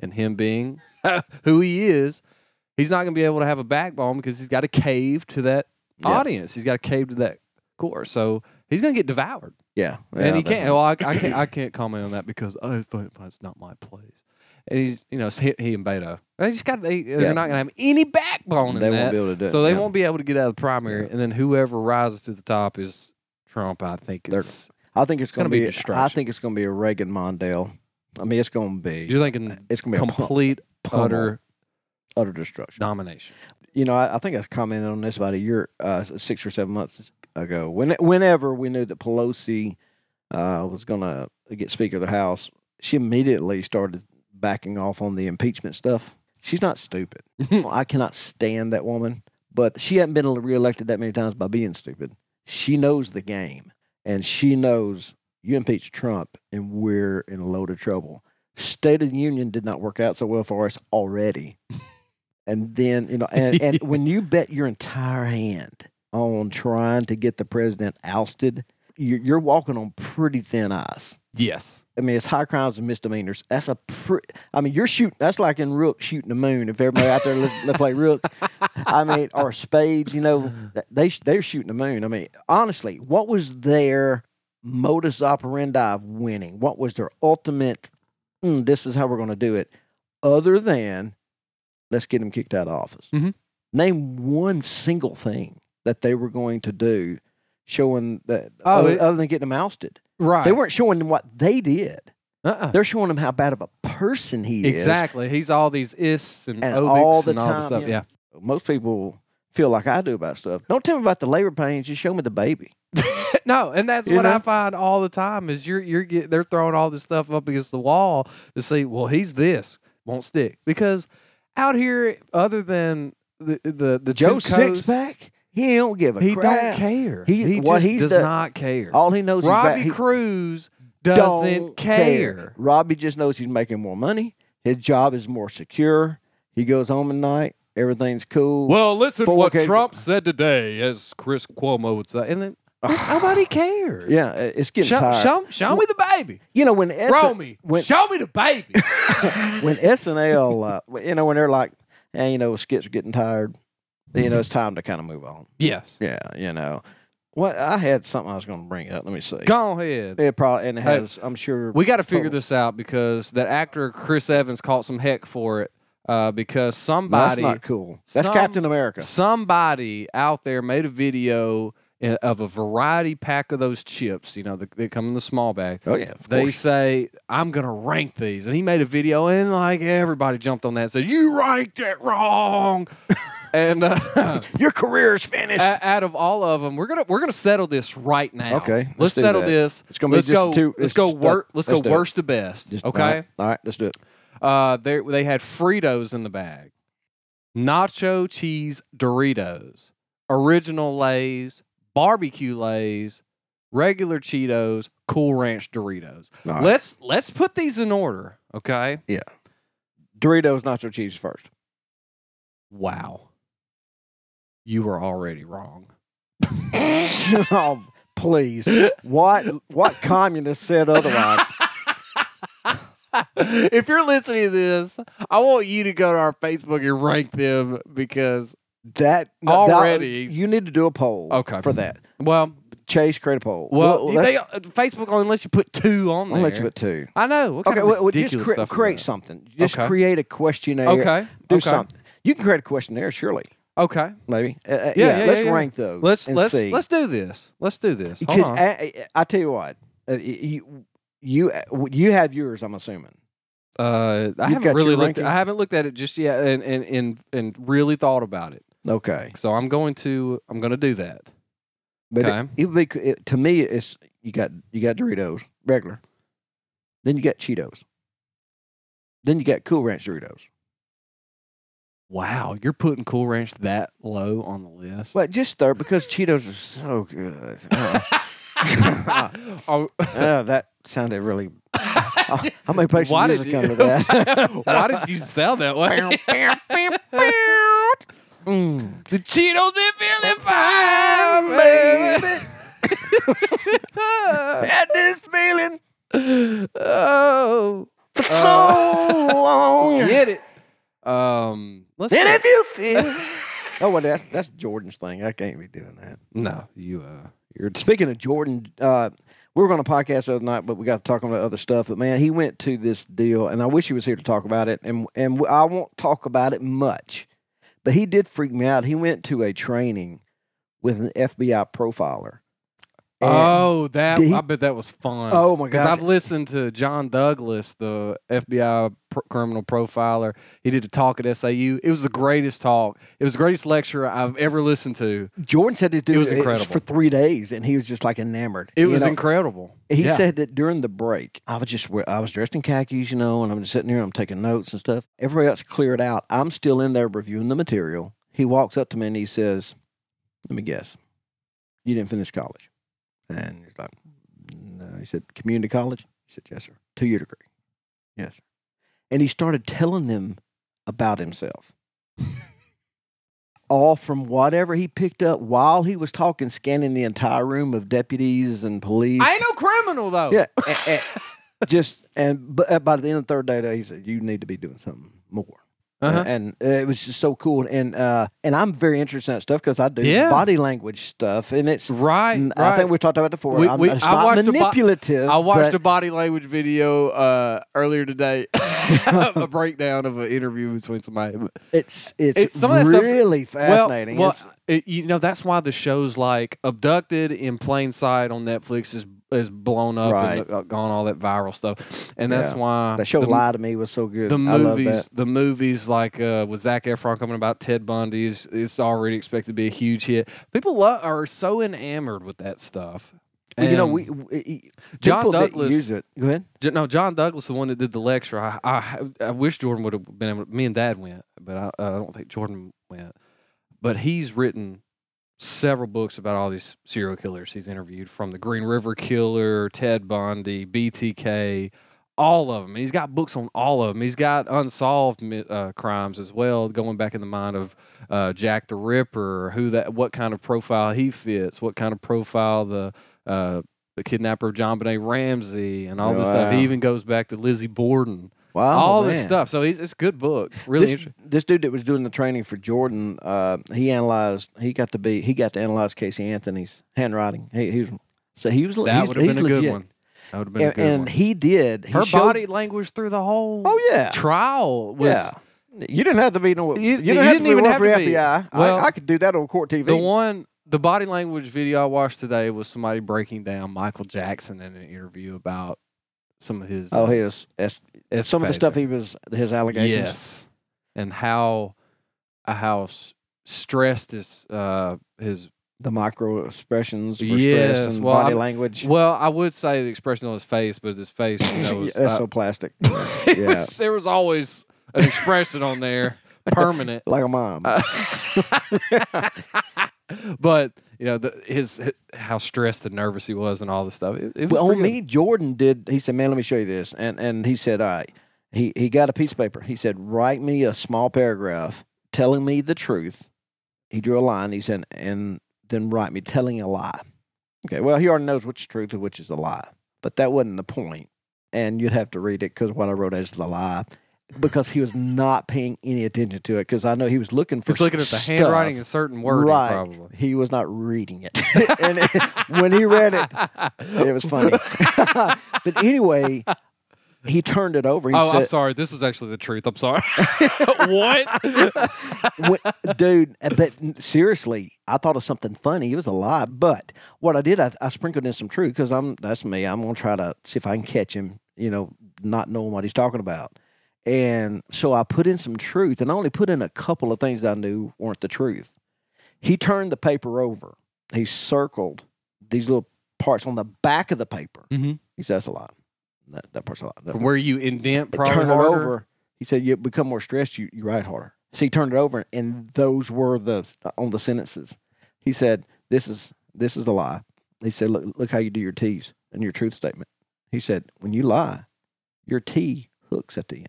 [SPEAKER 2] and him being (laughs) who he is, he's not going to be able to have a backbone because he's got to cave to that
[SPEAKER 1] Yeah.
[SPEAKER 2] audience. He's got to cave to that core. So he's going to get devoured.
[SPEAKER 1] yeah,
[SPEAKER 2] and
[SPEAKER 1] Yeah,
[SPEAKER 2] he can't, well, I, I can't, I can't comment on that because, oh, it's, fine, fine, it's not my place. And he's, you know, it's he, he and Beto. They just got, they,
[SPEAKER 1] Yeah.
[SPEAKER 2] they're not going to have any backbone in
[SPEAKER 1] They won't
[SPEAKER 2] that.
[SPEAKER 1] be able to do it.
[SPEAKER 2] so they
[SPEAKER 1] yeah.
[SPEAKER 2] won't be able to get out of the primary. And then whoever rises to the top is Trump, I think.
[SPEAKER 1] They're-
[SPEAKER 2] Is,
[SPEAKER 1] I think it's,
[SPEAKER 2] It's
[SPEAKER 1] going
[SPEAKER 2] gonna
[SPEAKER 1] to
[SPEAKER 2] be
[SPEAKER 1] be. I
[SPEAKER 2] destruction.
[SPEAKER 1] think it's going to be a Reagan Mondale. I mean, it's going to be.
[SPEAKER 2] you're thinking
[SPEAKER 1] It's going to be a pump,
[SPEAKER 2] complete,
[SPEAKER 1] pummel.
[SPEAKER 2] utter
[SPEAKER 1] utter destruction.
[SPEAKER 2] domination.
[SPEAKER 1] You know, I, I think I commented on this about a year, uh, six or seven months ago. When whenever we knew that Pelosi uh, was going to get Speaker of the House, she immediately started backing off on the impeachment stuff. She's not stupid. I cannot stand that woman, but she hasn't been reelected that many times by being stupid. She knows the game, and she knows you impeach Trump, and we're in a load of trouble. State of the Union did not work out so well for us already. And then, you know, and, and when you bet your entire hand on trying to get the president ousted, you're, you're walking on pretty thin ice.
[SPEAKER 2] Yes.
[SPEAKER 1] I mean, it's high crimes and misdemeanors. That's a pre- I mean, you're shooting. That's like in Rook shooting the moon. If everybody out there let, let play Rook, I mean, or Spades, you know, th- they sh- they're shooting the moon. I mean, honestly, what was their modus operandi of winning? What was their ultimate? "Mm, this is how we're going to do it. Other than let's get him kicked out of office.
[SPEAKER 2] Mhm.
[SPEAKER 1] Name one single thing that they were going to do, showing that
[SPEAKER 2] Oh,
[SPEAKER 1] other,
[SPEAKER 2] it-
[SPEAKER 1] other than getting him ousted.
[SPEAKER 2] Right.
[SPEAKER 1] They weren't showing them what they did.
[SPEAKER 2] Uh-uh.
[SPEAKER 1] They're showing them how bad of a person he
[SPEAKER 2] Exactly. He's all these ists and,
[SPEAKER 1] And
[SPEAKER 2] obics
[SPEAKER 1] all the
[SPEAKER 2] and all
[SPEAKER 1] time,
[SPEAKER 2] this stuff.
[SPEAKER 1] yeah. is. Most people feel like I do about stuff. Don't tell me about the labor pains. Just show me the baby.
[SPEAKER 2] Yeah. no, and that's
[SPEAKER 1] You
[SPEAKER 2] what I
[SPEAKER 1] know?
[SPEAKER 2] find all the time is you're you're get, they're throwing all this stuff up against the wall to see, well, he's this won't stick because out here, other than the the the two
[SPEAKER 1] Joe
[SPEAKER 2] coasts-
[SPEAKER 1] Sixpack. He don't give a
[SPEAKER 2] He
[SPEAKER 1] crap.
[SPEAKER 2] don't care.
[SPEAKER 1] He-
[SPEAKER 2] He,
[SPEAKER 1] what
[SPEAKER 2] just
[SPEAKER 1] he's
[SPEAKER 2] does
[SPEAKER 1] done-
[SPEAKER 2] not care.
[SPEAKER 1] All he knows
[SPEAKER 2] Robbie
[SPEAKER 1] is that
[SPEAKER 2] Cruz
[SPEAKER 1] he
[SPEAKER 2] doesn't
[SPEAKER 1] don't care.
[SPEAKER 2] care.
[SPEAKER 1] Robbie just knows he's making more money. His job is more secure. He goes home at night. Everything's cool.
[SPEAKER 2] Well, listen
[SPEAKER 1] Four
[SPEAKER 2] what
[SPEAKER 1] occasions-
[SPEAKER 2] Trump said today, as Chris Cuomo would say, and then
[SPEAKER 1] (sighs)
[SPEAKER 2] nobody cares.
[SPEAKER 1] yeah, it- it's getting
[SPEAKER 2] show,
[SPEAKER 1] tired.
[SPEAKER 2] show, show me the baby.
[SPEAKER 1] you know when S-
[SPEAKER 2] Grow me.
[SPEAKER 1] when
[SPEAKER 2] show me
[SPEAKER 1] (laughs)
[SPEAKER 2] the baby.
[SPEAKER 1] when SNL, uh, you know when they're like, hey, you know, skits are getting tired. You know, it's time to kind of move on.
[SPEAKER 2] yes.
[SPEAKER 1] Yeah, you know. What I had something I was going to bring up. Let me see.
[SPEAKER 2] Go ahead.
[SPEAKER 1] It probably and it
[SPEAKER 2] Hey,
[SPEAKER 1] has. I'm sure.
[SPEAKER 2] We got to figure
[SPEAKER 1] Oh.
[SPEAKER 2] this out because that actor Chris Evans caught some heck for it uh, because
[SPEAKER 1] No, that's
[SPEAKER 2] somebody
[SPEAKER 1] not cool. That's
[SPEAKER 2] Some-
[SPEAKER 1] Captain America.
[SPEAKER 2] somebody out there made a video i- of a variety pack of those chips. You know, that they come in the small bag.
[SPEAKER 1] Oh yeah, of
[SPEAKER 2] They
[SPEAKER 1] course.
[SPEAKER 2] say I'm gonna rank these, and he made a video, and like everybody jumped on that and said, "You ranked it wrong,"
[SPEAKER 1] (laughs)
[SPEAKER 2] and uh,
[SPEAKER 1] Your career is finished.
[SPEAKER 2] o- out of all of them, we're gonna we're gonna settle this right now.
[SPEAKER 1] Okay,
[SPEAKER 2] let's,
[SPEAKER 1] let's do
[SPEAKER 2] settle
[SPEAKER 1] that.
[SPEAKER 2] this.
[SPEAKER 1] It's gonna be
[SPEAKER 2] let's
[SPEAKER 1] just
[SPEAKER 2] go.
[SPEAKER 1] two-
[SPEAKER 2] let's
[SPEAKER 1] it's
[SPEAKER 2] go.
[SPEAKER 1] just
[SPEAKER 2] Wor-
[SPEAKER 1] that-
[SPEAKER 2] let's,
[SPEAKER 1] let's
[SPEAKER 2] go
[SPEAKER 1] do it.
[SPEAKER 2] worst to best.
[SPEAKER 1] Just- all
[SPEAKER 2] okay.
[SPEAKER 1] right, all right, let's do it.
[SPEAKER 2] Uh, they they had Fritos in the bag, nacho cheese Doritos, original Lay's, barbecue Lay's, regular Cheetos, Cool Ranch Doritos.
[SPEAKER 1] All right.
[SPEAKER 2] Let's let's put these in order. Okay.
[SPEAKER 1] Doritos nacho cheese
[SPEAKER 2] (laughs)
[SPEAKER 1] first.
[SPEAKER 2] Wow. You were already wrong. (laughs)
[SPEAKER 1] oh, please. What what communist said
[SPEAKER 2] (laughs)
[SPEAKER 1] otherwise?
[SPEAKER 2] if you're listening to this, I want you to go to our Facebook and rank them because
[SPEAKER 1] That that-
[SPEAKER 2] Already.
[SPEAKER 1] you need to do a poll.
[SPEAKER 2] Okay.
[SPEAKER 1] For that,
[SPEAKER 2] well,
[SPEAKER 1] Chase create a poll.
[SPEAKER 2] well,
[SPEAKER 1] let's-
[SPEAKER 2] they, Facebook only lets you put two on there.
[SPEAKER 1] I'll let you at two.
[SPEAKER 2] I know. What kind
[SPEAKER 1] Okay,
[SPEAKER 2] of
[SPEAKER 1] well, well,
[SPEAKER 2] ridiculous
[SPEAKER 1] just cre-
[SPEAKER 2] stuff is
[SPEAKER 1] create
[SPEAKER 2] that?
[SPEAKER 1] something. Just
[SPEAKER 2] Okay.
[SPEAKER 1] create a questionnaire.
[SPEAKER 2] Okay.
[SPEAKER 1] Do
[SPEAKER 2] okay.
[SPEAKER 1] something. You can create a questionnaire, surely.
[SPEAKER 2] Okay.
[SPEAKER 1] Maybe. Uh, uh,
[SPEAKER 2] Yeah,
[SPEAKER 1] yeah,
[SPEAKER 2] yeah,
[SPEAKER 1] Let's
[SPEAKER 2] yeah, yeah.
[SPEAKER 1] rank those.
[SPEAKER 2] Let's
[SPEAKER 1] and
[SPEAKER 2] let's
[SPEAKER 1] see.
[SPEAKER 2] let's do this. Let's do this. Hold
[SPEAKER 1] Because
[SPEAKER 2] on.
[SPEAKER 1] I, I- I tell you what, uh, y- you you uh, you have yours. I'm assuming.
[SPEAKER 2] Uh, I
[SPEAKER 1] you've got
[SPEAKER 2] haven't really
[SPEAKER 1] your
[SPEAKER 2] looked.
[SPEAKER 1] ranking?
[SPEAKER 2] I haven't looked at it just yet, and and and and really thought about it.
[SPEAKER 1] Okay,
[SPEAKER 2] So I'm going to I'm going to do that.
[SPEAKER 1] but it-
[SPEAKER 2] Okay.
[SPEAKER 1] it, would be c- it, to me. It's you got you got Doritos regular, then you got Cheetos, then you got Cool Ranch Doritos.
[SPEAKER 2] Wow, you're putting Cool Ranch that low on the list.
[SPEAKER 1] But just third because Cheetos are so good. Uh,
[SPEAKER 2] (laughs) Oh,
[SPEAKER 1] uh, that sounded really. Uh, how many patients
[SPEAKER 2] why
[SPEAKER 1] music
[SPEAKER 2] did you? (laughs)
[SPEAKER 1] under (laughs) that?
[SPEAKER 2] why did you sound that way?
[SPEAKER 1] (laughs) Mm.
[SPEAKER 2] The Cheetos been feeling
[SPEAKER 1] fine, baby. had this feeling
[SPEAKER 2] (laughs) oh,
[SPEAKER 1] for
[SPEAKER 2] Uh,
[SPEAKER 1] so long.
[SPEAKER 2] get it. Um, let's
[SPEAKER 1] And
[SPEAKER 2] see.
[SPEAKER 1] if you feel. (laughs) oh, well, that's, that's Jordan's thing. I can't be doing that.
[SPEAKER 2] no, you uh, you're t-
[SPEAKER 1] Speaking of Jordan, uh, we were going to podcast the other night, but we got to talking about other stuff. But man, he went to this deal, and I wish he was here to talk about it. And and I won't talk about it much, but he did freak me out. He went to a training with an FBI profiler. And-
[SPEAKER 2] oh that
[SPEAKER 1] did he-
[SPEAKER 2] I bet that was fun.
[SPEAKER 1] oh my
[SPEAKER 2] Because
[SPEAKER 1] gosh!
[SPEAKER 2] I've listened to John Douglas, the FBI pr- criminal profiler. He did a talk at SAU. It was the greatest talk. It was the greatest lecture I've ever listened to.
[SPEAKER 1] Jordan said this dude
[SPEAKER 2] was
[SPEAKER 1] for
[SPEAKER 2] incredible.
[SPEAKER 1] three days, and he was just like enamored.
[SPEAKER 2] It
[SPEAKER 1] You
[SPEAKER 2] was
[SPEAKER 1] know,
[SPEAKER 2] incredible.
[SPEAKER 1] He
[SPEAKER 2] Yeah.
[SPEAKER 1] said that during the break, I was just I was dressed in khakis, you know, and I'm just sitting here, I'm taking notes and stuff. Everybody else cleared out. I'm still in there reviewing the material. He walks up to me and he says, "Let me guess, you didn't finish college?" And he's like, "No." He said, "Community college?" He said, "Yes, sir. Two year degree." Yes. Sir. And he started telling them about himself. (laughs) All from whatever he picked up while he was talking, scanning the entire room of deputies and police.
[SPEAKER 2] "I ain't no criminal though." (laughs)
[SPEAKER 1] Yeah, a- a- just and but uh, by the end of the third day, though, he said, "You need to be doing something more."
[SPEAKER 2] Uh-huh.
[SPEAKER 1] And uh, it was just so cool, and uh, and I'm very interested in that stuff because I do
[SPEAKER 2] Yeah.
[SPEAKER 1] body language stuff, and it's.
[SPEAKER 2] Right,
[SPEAKER 1] and I
[SPEAKER 2] right.
[SPEAKER 1] think we talked about it before.
[SPEAKER 2] We-
[SPEAKER 1] I'm,
[SPEAKER 2] we-
[SPEAKER 1] it's
[SPEAKER 2] I
[SPEAKER 1] not
[SPEAKER 2] watched a bo-
[SPEAKER 1] manipulative.
[SPEAKER 2] I watched
[SPEAKER 1] but-
[SPEAKER 2] a body language video uh, earlier today, (laughs) a breakdown of an interview between somebody.
[SPEAKER 1] it's it's
[SPEAKER 2] It's- some of that stuff's-
[SPEAKER 1] really fascinating.
[SPEAKER 2] Well,
[SPEAKER 1] It's-
[SPEAKER 2] well it, you know that's why the shows like Abducted in Plain Sight on Netflix is is blown up
[SPEAKER 1] Right.
[SPEAKER 2] and uh, gone all that viral stuff, and that's
[SPEAKER 1] Yeah.
[SPEAKER 2] why
[SPEAKER 1] that show
[SPEAKER 2] uh, the,
[SPEAKER 1] "Lie to Me" was so good.
[SPEAKER 2] the
[SPEAKER 1] I love that.
[SPEAKER 2] movies, the movies like uh, with Zach Efron coming about Ted Bundy's, it's already expected to be a huge hit. People lo- are so enamored with that stuff.
[SPEAKER 1] you know,
[SPEAKER 2] And-
[SPEAKER 1] we, we
[SPEAKER 2] John
[SPEAKER 1] people that
[SPEAKER 2] Douglas-
[SPEAKER 1] use it. Go ahead.
[SPEAKER 2] J- No, John Douglas, the one that did the lecture. I I, I wish Jordan would have been able. Me and Dad went, but I, I don't think Jordan went. But he's written several books about all these serial killers he's interviewed from the Green River Killer, Ted Bundy, BTK, all of them. And he's got books on all of them. He's got unsolved mi- uh, crimes as well, going back in the mind of uh, Jack the Ripper, who that, what kind of profile he fits, what kind of profile the uh, the kidnapper of John Benet Ramsey, and all this stuff.
[SPEAKER 1] Wow.
[SPEAKER 2] He even goes back to Lizzie Borden,
[SPEAKER 1] Wow,
[SPEAKER 2] all this
[SPEAKER 1] man.
[SPEAKER 2] stuff. So he's, it's a good book, really.
[SPEAKER 1] this,
[SPEAKER 2] interesting.
[SPEAKER 1] this dude that was doing the training for Jordan, uh, he analyzed. He got to be. He got to analyze Casey Anthony's handwriting. He, he was so he was.
[SPEAKER 2] That
[SPEAKER 1] he's-
[SPEAKER 2] would have been
[SPEAKER 1] he's
[SPEAKER 2] a good
[SPEAKER 1] legit.
[SPEAKER 2] one. That would have been a
[SPEAKER 1] And,
[SPEAKER 2] good
[SPEAKER 1] and
[SPEAKER 2] one.
[SPEAKER 1] he did. He
[SPEAKER 2] Her
[SPEAKER 1] showed-
[SPEAKER 2] body language through the whole
[SPEAKER 1] Oh yeah.
[SPEAKER 2] trial was
[SPEAKER 1] yeah. You didn't have to be no.
[SPEAKER 2] You-
[SPEAKER 1] You,
[SPEAKER 2] you
[SPEAKER 1] didn't have
[SPEAKER 2] didn't
[SPEAKER 1] to be
[SPEAKER 2] even
[SPEAKER 1] one
[SPEAKER 2] have
[SPEAKER 1] for
[SPEAKER 2] to be.
[SPEAKER 1] FBI.
[SPEAKER 2] Well,
[SPEAKER 1] I, I could do that on court TV.
[SPEAKER 2] the one the body language video I watched today was somebody breaking down Michael Jackson in an interview about some of his
[SPEAKER 1] oh,
[SPEAKER 2] uh,
[SPEAKER 1] his es- some of the
[SPEAKER 2] escapades.
[SPEAKER 1] stuff he was his allegations.
[SPEAKER 2] Yes, and how uh, how s- stressed his uh, his
[SPEAKER 1] The micro expressions were
[SPEAKER 2] Yes,
[SPEAKER 1] stressed and
[SPEAKER 2] well,
[SPEAKER 1] body
[SPEAKER 2] I'm-
[SPEAKER 1] language.
[SPEAKER 2] (laughs) well I would say the expression on his face, but his face
[SPEAKER 1] (laughs)
[SPEAKER 2] you know, was,
[SPEAKER 1] That's
[SPEAKER 2] uh,
[SPEAKER 1] so
[SPEAKER 2] (laughs)
[SPEAKER 1] plastic.
[SPEAKER 2] it
[SPEAKER 1] yeah.
[SPEAKER 2] was- there was always an expression on there permanent.
[SPEAKER 1] Like a mom.
[SPEAKER 2] Uh, (laughs) but you know the, his, how stressed and nervous he was and all this stuff. It, it was
[SPEAKER 1] well, on
[SPEAKER 2] pretty
[SPEAKER 1] me,
[SPEAKER 2] good.
[SPEAKER 1] Jordan did. He said, "Man, let me show you this," and and he said, "All right." He he got a piece of paper. He said, "Write me a small paragraph telling me the truth." He drew a line. He said, "And then write me telling a lie." Okay. Well, he already knows which is truth and which is a lie, but that wasn't the point. And you'd have to read it because what I wrote is the lie, because he was not paying any attention to it. Because I know he was looking for
[SPEAKER 2] Just looking at the
[SPEAKER 1] stuff.
[SPEAKER 2] handwriting and certain wording,
[SPEAKER 1] Right.
[SPEAKER 2] probably.
[SPEAKER 1] He was not reading it, (laughs) and it- when he read it, it was
[SPEAKER 2] (laughs)
[SPEAKER 1] funny. (laughs) but anyway, he turned it over. He
[SPEAKER 2] oh, I'm
[SPEAKER 1] said,
[SPEAKER 2] sorry. This was actually the truth. I'm
[SPEAKER 1] (laughs)
[SPEAKER 2] sorry. (laughs) what?
[SPEAKER 1] "When- dude, uh, but seriously, I thought of something funny. It was a lie. But what I did, I, I sprinkled in some truth because I'm that's me. I'm gonna try to see if I can catch him. You know, not knowing what he's talking about. And so I put in some truth, and I only put in a couple of things that I knew weren't the truth. He turned the paper over. He circled these little parts on the back of the paper.
[SPEAKER 2] Mhm.
[SPEAKER 1] He said, "That's a lie. That, that part's a lie." That-
[SPEAKER 2] From where you indent,
[SPEAKER 1] It
[SPEAKER 2] probably
[SPEAKER 1] turned
[SPEAKER 2] harder.
[SPEAKER 1] it over. He said, "You become more stressed. You you write harder." So he turned it over, and those were the on the sentences. He said, "This is this is a lie." He said, "Look look how you do your T's and your truth statement." He said, "When you lie, your T hooks at the end,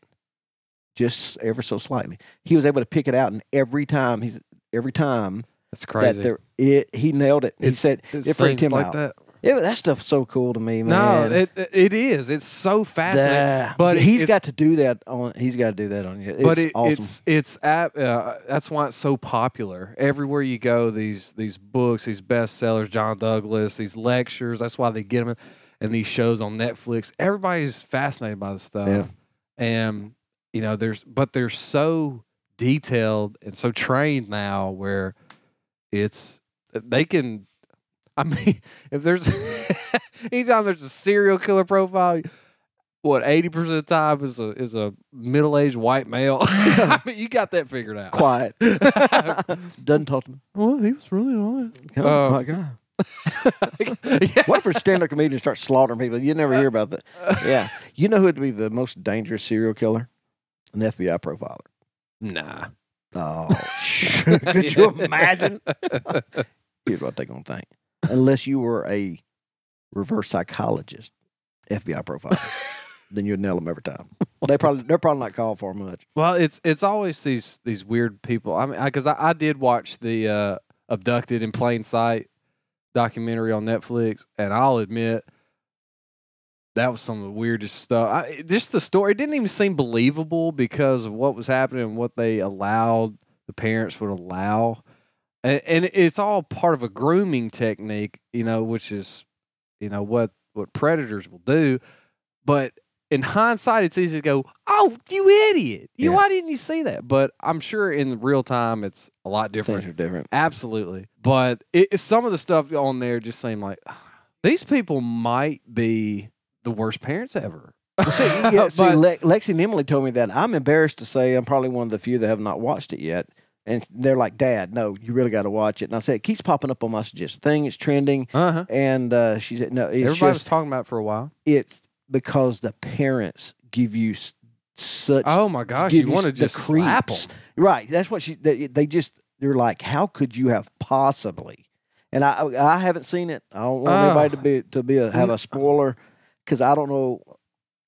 [SPEAKER 1] just ever so slightly." He was able to pick it out, and every time he's every time
[SPEAKER 2] That's crazy.
[SPEAKER 1] that there it he nailed it. he
[SPEAKER 2] It's-
[SPEAKER 1] said,
[SPEAKER 2] it's
[SPEAKER 1] it freaked
[SPEAKER 2] things
[SPEAKER 1] him
[SPEAKER 2] like
[SPEAKER 1] out.
[SPEAKER 2] that.
[SPEAKER 1] "Yeah, that stuff's so cool to me, man."
[SPEAKER 2] No, it, it- it is. It's so fascinating.
[SPEAKER 1] Yeah,
[SPEAKER 2] But
[SPEAKER 1] but
[SPEAKER 2] it-
[SPEAKER 1] he's
[SPEAKER 2] it's-
[SPEAKER 1] got to do that on. He's got to do that on you. It's
[SPEAKER 2] but it,
[SPEAKER 1] awesome.
[SPEAKER 2] it's it's at, uh, that's why it's so popular. Everywhere you go, these these books, these bestsellers, John Douglas, these lectures. That's why they get them, and these shows on Netflix. Everybody's fascinated by the stuff,
[SPEAKER 1] Yeah.
[SPEAKER 2] and you know, there's but they're so detailed and so trained now where it's they can. I (laughs) mean, if there's (laughs) anytime there's a serial killer profile, what eighty percent of the time is a is a middle aged white male. (laughs) I mean, you got that figured (laughs)
[SPEAKER 1] (laughs)
[SPEAKER 2] out.
[SPEAKER 1] quiet. Doesn't talk to me.
[SPEAKER 2] well, he was really nice. (laughs)
[SPEAKER 1] Oh
[SPEAKER 2] Uh,
[SPEAKER 1] my god! What if a stand-up comedian starts slaughtering people? You never hear about that. Yeah, you know who would be the most dangerous serial killer? An FBI profiler.
[SPEAKER 2] Nah.
[SPEAKER 1] Oh, could you imagine? Here's what they're gonna think. Unless you were a reverse psychologist, FBI profiler, then you'd nail them every time. They probably they're probably not called for much.
[SPEAKER 2] Well, it's it's always these these weird people. I mean, because I, I, did watch the uh, abducted in plain sight documentary on Netflix, and I'll admit that was some of the weirdest stuff. I, just the story it didn't even seem believable because of what was happening and what they allowed the parents would allow, and, and it's all part of a grooming technique, you know, which is you know what what predators will do, but in hindsight, it's easy to go, "Oh, you idiot! You
[SPEAKER 1] Yeah.
[SPEAKER 2] why didn't you see that?" But I'm sure in real time, it's a lot different.
[SPEAKER 1] Things are different.
[SPEAKER 2] Absolutely, but it, it's- some of the stuff on there just seemed like (sighs) these people might be the worst parents ever.
[SPEAKER 1] See, yeah,
[SPEAKER 2] (laughs)
[SPEAKER 1] see,
[SPEAKER 2] But-
[SPEAKER 1] Le- Lexi and Emily told me that. I'm embarrassed to say I'm probably one of the few that have not watched it yet. And they're like, Dad, no, you really got to watch it. And I said, it keeps popping up on my suggested thing. It's trending.
[SPEAKER 2] Uh huh.
[SPEAKER 1] And uh, she said, no, it's
[SPEAKER 2] Everybody was
[SPEAKER 1] just,
[SPEAKER 2] talking about it for a while.
[SPEAKER 1] it's because the parents give you s- such.
[SPEAKER 2] Oh my gosh,
[SPEAKER 1] give
[SPEAKER 2] you want to
[SPEAKER 1] s- the
[SPEAKER 2] just slap 'em.
[SPEAKER 1] creeps. Right. That's what she, they, they just, you're like, how could you have possibly? And I I haven't seen it. I don't want
[SPEAKER 2] Oh. Mm.
[SPEAKER 1] anybody to be to be a, have a spoiler because I don't know.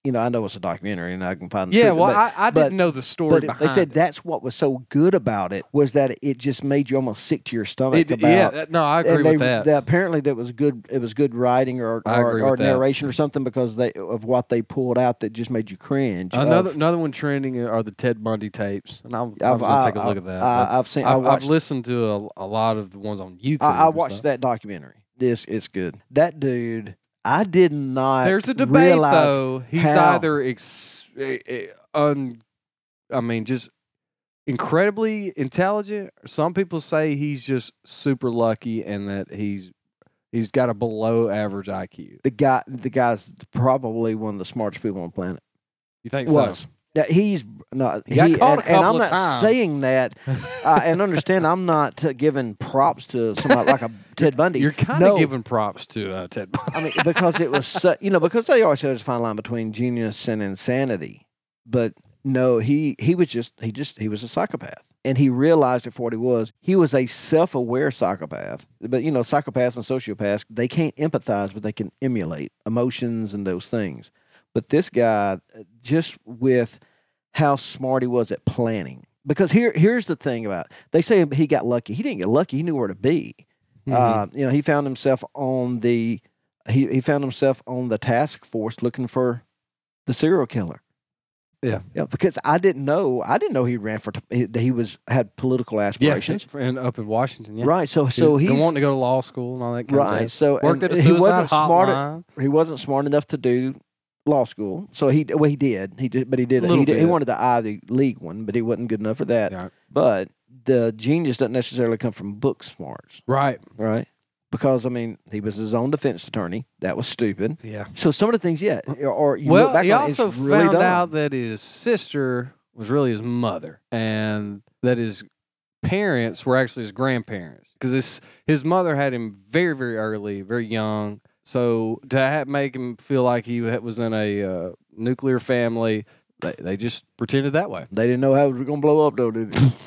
[SPEAKER 1] You know, I know it's a documentary and I can find. the
[SPEAKER 2] Yeah,
[SPEAKER 1] truth,
[SPEAKER 2] well,
[SPEAKER 1] but-
[SPEAKER 2] I, I
[SPEAKER 1] but-
[SPEAKER 2] didn't know the story
[SPEAKER 1] but it-
[SPEAKER 2] behind
[SPEAKER 1] they said
[SPEAKER 2] it.
[SPEAKER 1] that's what was so good about it was that it just made you almost sick to your stomach
[SPEAKER 2] It-
[SPEAKER 1] about.
[SPEAKER 2] yeah, that- no, I agree
[SPEAKER 1] and
[SPEAKER 2] with
[SPEAKER 1] they,
[SPEAKER 2] that.
[SPEAKER 1] they- apparently, that was good. It was good writing or
[SPEAKER 2] I
[SPEAKER 1] or,
[SPEAKER 2] agree
[SPEAKER 1] or
[SPEAKER 2] with that.
[SPEAKER 1] narration or something because they of what they pulled out that just made you cringe. of-
[SPEAKER 2] Another another one trending are the Ted Bundy tapes, and I'm, I'm
[SPEAKER 1] I've,
[SPEAKER 2] gonna
[SPEAKER 1] I-
[SPEAKER 2] take a
[SPEAKER 1] I-
[SPEAKER 2] look at that.
[SPEAKER 1] I, I've seen.
[SPEAKER 2] but
[SPEAKER 1] I
[SPEAKER 2] I've, I've
[SPEAKER 1] watched.
[SPEAKER 2] listened to a, a lot of the ones on YouTube.
[SPEAKER 1] I, I
[SPEAKER 2] and
[SPEAKER 1] watched
[SPEAKER 2] stuff.
[SPEAKER 1] that documentary. This it's good. That dude, I did not.
[SPEAKER 2] There's a debate
[SPEAKER 1] realize-
[SPEAKER 2] though. He's
[SPEAKER 1] how-
[SPEAKER 2] either ex, eh, eh, un, I mean, just incredibly intelligent. Some people say he's just super lucky and that he's he's got a below average IQ.
[SPEAKER 1] The guy, the guy's probably one of the smartest people on the planet.
[SPEAKER 2] You think so?
[SPEAKER 1] Was Now, he's not.
[SPEAKER 2] He got called
[SPEAKER 1] and,
[SPEAKER 2] a
[SPEAKER 1] and
[SPEAKER 2] couple
[SPEAKER 1] I'm
[SPEAKER 2] of
[SPEAKER 1] not
[SPEAKER 2] times.
[SPEAKER 1] saying that. (laughs) uh, and understand, I'm not uh, giving props to somebody like a Ted Bundy.
[SPEAKER 2] (laughs) You're kind of
[SPEAKER 1] No.
[SPEAKER 2] giving props to uh, Ted Bundy.
[SPEAKER 1] I mean, because it was, su- you know, because they always say there's a fine line between genius and insanity. But no, he he was just he just he was a psychopath, and he realized it for what he was. He was a self-aware psychopath. But you know, psychopaths and sociopaths they can't empathize, but they can emulate emotions and those things. But this guy, uh, just with how smart he was at planning. Because here, here's the thing about it. they say he got lucky. He didn't get lucky. He knew where to be. (laughs) Uh,
[SPEAKER 2] Mm-hmm.
[SPEAKER 1] you know, he found himself on the he, he found himself on the task force looking for the serial killer.
[SPEAKER 2] Yeah.
[SPEAKER 1] yeah. Because I didn't know I didn't know he ran for t- that he was had political
[SPEAKER 2] yeah,
[SPEAKER 1] aspirations.
[SPEAKER 2] and up in Washington. (laughs) Yeah.
[SPEAKER 1] Right. So so
[SPEAKER 2] Been
[SPEAKER 1] he's
[SPEAKER 2] wanting to go to law school and all that kind of
[SPEAKER 1] right.
[SPEAKER 2] stuff.
[SPEAKER 1] So and
[SPEAKER 2] Worked at a
[SPEAKER 1] he
[SPEAKER 2] suicide
[SPEAKER 1] wasn't smart.
[SPEAKER 2] hotline.
[SPEAKER 1] e- He wasn't smart enough to do law school. So he well he did he did but he did,
[SPEAKER 2] Little
[SPEAKER 1] he, did he
[SPEAKER 2] bit.
[SPEAKER 1] wanted the Ivy League one but he wasn't good enough for that.
[SPEAKER 2] Yeah.
[SPEAKER 1] But the genius doesn't necessarily come from book smarts,
[SPEAKER 2] Right.
[SPEAKER 1] right? Because I mean, he was his own defense attorney. That was stupid.
[SPEAKER 2] Yeah.
[SPEAKER 1] So some of the things, yeah, or you look
[SPEAKER 2] well,
[SPEAKER 1] back
[SPEAKER 2] he
[SPEAKER 1] on it, it's
[SPEAKER 2] also
[SPEAKER 1] really
[SPEAKER 2] found
[SPEAKER 1] dumb.
[SPEAKER 2] out that his sister was really his mother, and that his parents were actually his grandparents because his his mother had him very very early, very young. So to ha- make him feel like he ha- was in a uh, nuclear family, they, they just pretended that way.
[SPEAKER 1] they didn't know how it was going to blow up, though, did they? yeah.
[SPEAKER 2] (laughs)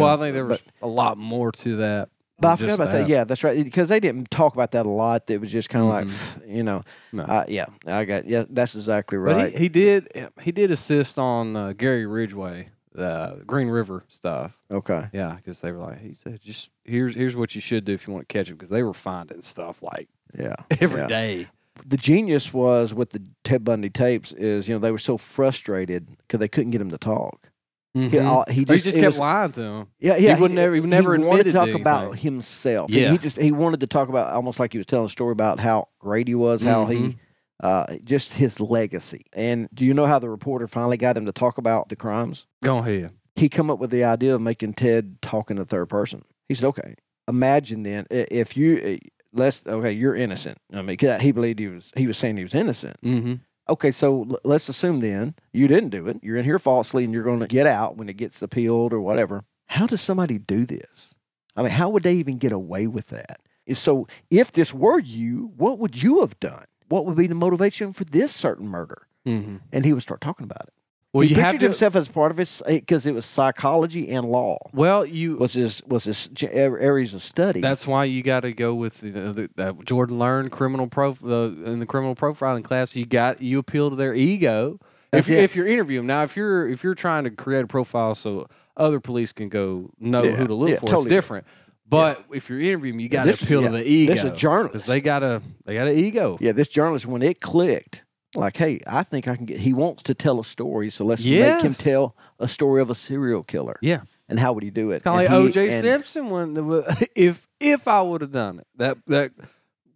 [SPEAKER 2] Well, I think there was
[SPEAKER 1] But,
[SPEAKER 2] a lot more to that.
[SPEAKER 1] but I
[SPEAKER 2] than
[SPEAKER 1] forgot
[SPEAKER 2] just
[SPEAKER 1] about that. Yeah, that's right. Because they didn't talk about that a lot. It was just kind of like, you know,
[SPEAKER 2] Mm-hmm. No.
[SPEAKER 1] uh, yeah, I got, yeah, that's exactly
[SPEAKER 2] But
[SPEAKER 1] right.
[SPEAKER 2] he, he did he did assist on uh, Gary Ridgway, the Green River stuff.
[SPEAKER 1] okay.
[SPEAKER 2] Yeah, because they were like, he said, just here's here's what you should do if you want to catch him, because they were finding stuff like (laughs)
[SPEAKER 1] Yeah.
[SPEAKER 2] every
[SPEAKER 1] Yeah.
[SPEAKER 2] day.
[SPEAKER 1] The genius was with the Ted Bundy tapes is, you know, they were so frustrated because they couldn't get him to talk. He, all- he
[SPEAKER 2] Or he Mm-hmm. just
[SPEAKER 1] it
[SPEAKER 2] kept
[SPEAKER 1] was-
[SPEAKER 2] lying to him.
[SPEAKER 1] Yeah, yeah.
[SPEAKER 2] wouldn't ever- he never
[SPEAKER 1] wanted to
[SPEAKER 2] admitted to
[SPEAKER 1] talk about
[SPEAKER 2] anything.
[SPEAKER 1] himself.
[SPEAKER 2] Yeah.
[SPEAKER 1] He, he just he wanted to talk about almost like he was telling a story about how great he was, how
[SPEAKER 2] Mm-hmm.
[SPEAKER 1] he uh, just his legacy. And do you know how the reporter finally got him to talk about the crimes?
[SPEAKER 2] Go ahead.
[SPEAKER 1] He come up with the idea of making Ted talk in the third person. He said, "Okay, imagine then i- if you uh, let's okay, you're innocent. I mean, 'cause he believed he was he was saying he was innocent."
[SPEAKER 2] Mm-hmm.
[SPEAKER 1] Okay, so l- let's assume then you didn't do it. You're in here falsely and you're going to get out when it gets appealed or whatever. How does somebody do this? I mean, how would they even get away with that? And So, if this were you, what would you have done? What would be the motivation for this certain murder?
[SPEAKER 2] Mm-hmm.
[SPEAKER 1] And he would start talking about it.
[SPEAKER 2] Well,
[SPEAKER 1] he
[SPEAKER 2] you have
[SPEAKER 1] pictured
[SPEAKER 2] to.
[SPEAKER 1] himself as part of his because it was psychology and law
[SPEAKER 2] well, you.
[SPEAKER 1] was his was his j- er, areas of study.
[SPEAKER 2] That's why you got to go with the, the, that Jordan Learn criminal prof the, in the criminal profiling class. You got you appeal to their ego.
[SPEAKER 1] That's
[SPEAKER 2] if,
[SPEAKER 1] it.
[SPEAKER 2] if you're interviewing now, if you're if you're trying to create a profile so other police can go know
[SPEAKER 1] Yeah.
[SPEAKER 2] who to look
[SPEAKER 1] Yeah,
[SPEAKER 2] for,
[SPEAKER 1] totally.
[SPEAKER 2] it's different. But if you're interviewing, you got to
[SPEAKER 1] this is-
[SPEAKER 2] appeal
[SPEAKER 1] yeah,
[SPEAKER 2] to the ego.
[SPEAKER 1] this is a
[SPEAKER 2] Because
[SPEAKER 1] journalist.
[SPEAKER 2] they got a they got an ego.
[SPEAKER 1] yeah, this journalist when it clicked, like, hey, I think I can get. He wants to tell a story, so let's make him
[SPEAKER 2] Yes.
[SPEAKER 1] tell a story of a serial killer.
[SPEAKER 2] Yeah.
[SPEAKER 1] And how would he do it?
[SPEAKER 2] Kind of
[SPEAKER 1] And
[SPEAKER 2] like
[SPEAKER 1] he-
[SPEAKER 2] OJ
[SPEAKER 1] and-
[SPEAKER 2] Simpson one (laughs) that wa- if if I would have done it. That that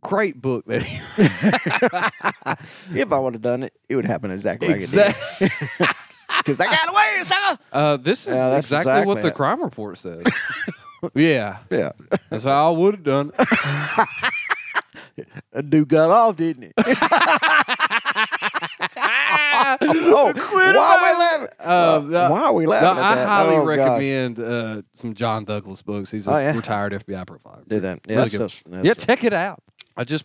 [SPEAKER 2] great book that he
[SPEAKER 1] If I would have done it, it would happen exactly like it
[SPEAKER 2] exactly.
[SPEAKER 1] did. Because I got away, son.
[SPEAKER 2] Uh, this is
[SPEAKER 1] Yeah, that's
[SPEAKER 2] exactly, what
[SPEAKER 1] exactly
[SPEAKER 2] the
[SPEAKER 1] it.
[SPEAKER 2] crime report
[SPEAKER 1] (laughs)
[SPEAKER 2] says. yeah.
[SPEAKER 1] (laughs)
[SPEAKER 2] (laughs)
[SPEAKER 1] Yeah,
[SPEAKER 2] That's how I would have done it.
[SPEAKER 1] that dude got off, didn't he? (laughs) (laughs) oh,
[SPEAKER 2] (laughs) Quit
[SPEAKER 1] why are we laughing?
[SPEAKER 2] Uh, no,
[SPEAKER 1] why are we
[SPEAKER 2] no,
[SPEAKER 1] laughing? at
[SPEAKER 2] I
[SPEAKER 1] that?
[SPEAKER 2] highly
[SPEAKER 1] Oh, gosh.
[SPEAKER 2] recommend uh, some John Douglas books. He's a
[SPEAKER 1] Oh, yeah.
[SPEAKER 2] retired FBI profiler.
[SPEAKER 1] Do that. Yeah,
[SPEAKER 2] Really
[SPEAKER 1] that's,
[SPEAKER 2] good.
[SPEAKER 1] that's, that's
[SPEAKER 2] yeah, check it out. I just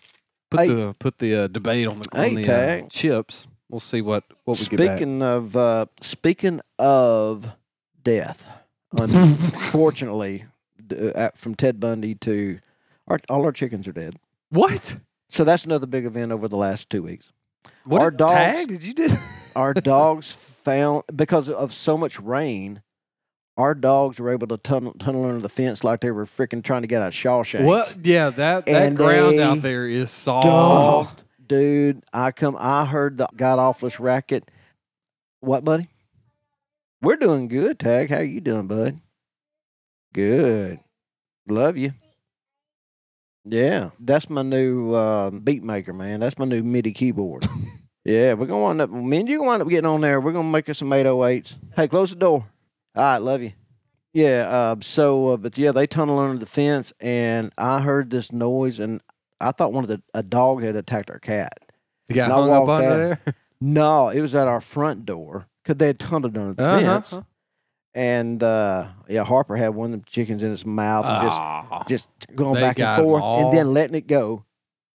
[SPEAKER 2] put
[SPEAKER 1] Hey.
[SPEAKER 2] the put the uh, debate on the, on
[SPEAKER 1] Hey,
[SPEAKER 2] the uh,
[SPEAKER 1] Tag.
[SPEAKER 2] chips. We'll see what what we get back.
[SPEAKER 1] speaking of
[SPEAKER 2] (laughs)
[SPEAKER 1] uh, speaking of death, unfortunately, uh, at- from Ted Bundy to our, all our chickens are dead.
[SPEAKER 2] (laughs) What?
[SPEAKER 1] So that's another big event over the last two weeks.
[SPEAKER 2] What
[SPEAKER 1] Our
[SPEAKER 2] a
[SPEAKER 1] dogs-
[SPEAKER 2] tag did you do? (laughs)
[SPEAKER 1] Our dogs found because of so much rain. Our dogs were able to tunnel, tunnel under the fence like they were freaking trying to get out of Shawshank.
[SPEAKER 2] What? Yeah, that that
[SPEAKER 1] And
[SPEAKER 2] ground
[SPEAKER 1] they
[SPEAKER 2] out there is soft.
[SPEAKER 1] Dog, dude, I come. I heard the god awfulest racket. What, buddy? We're doing good, Tag. How you doing, bud? Good. Love you. Yeah, that's my new uh, beat maker, man. That's my new MIDI keyboard. yeah, we're gonna wind up. Me and you gonna wind up getting on there. We're gonna make us some 808s. Hey, close the door. All right, love you. Yeah. Uh, so, uh, but yeah, they tunnel under the fence, and I heard this noise, and I thought one of the a dog had attacked our cat.
[SPEAKER 2] You got
[SPEAKER 1] And I
[SPEAKER 2] hung up
[SPEAKER 1] walked
[SPEAKER 2] under
[SPEAKER 1] out.
[SPEAKER 2] there.
[SPEAKER 1] No, it was at our front door because they had tunneled under the
[SPEAKER 2] Uh-huh.
[SPEAKER 1] fence. And uh, yeah, Harper had one of the chickens in his mouth and just
[SPEAKER 2] Ah.
[SPEAKER 1] just going
[SPEAKER 2] They
[SPEAKER 1] back and
[SPEAKER 2] got 'em
[SPEAKER 1] forth,
[SPEAKER 2] all.
[SPEAKER 1] and then letting it go.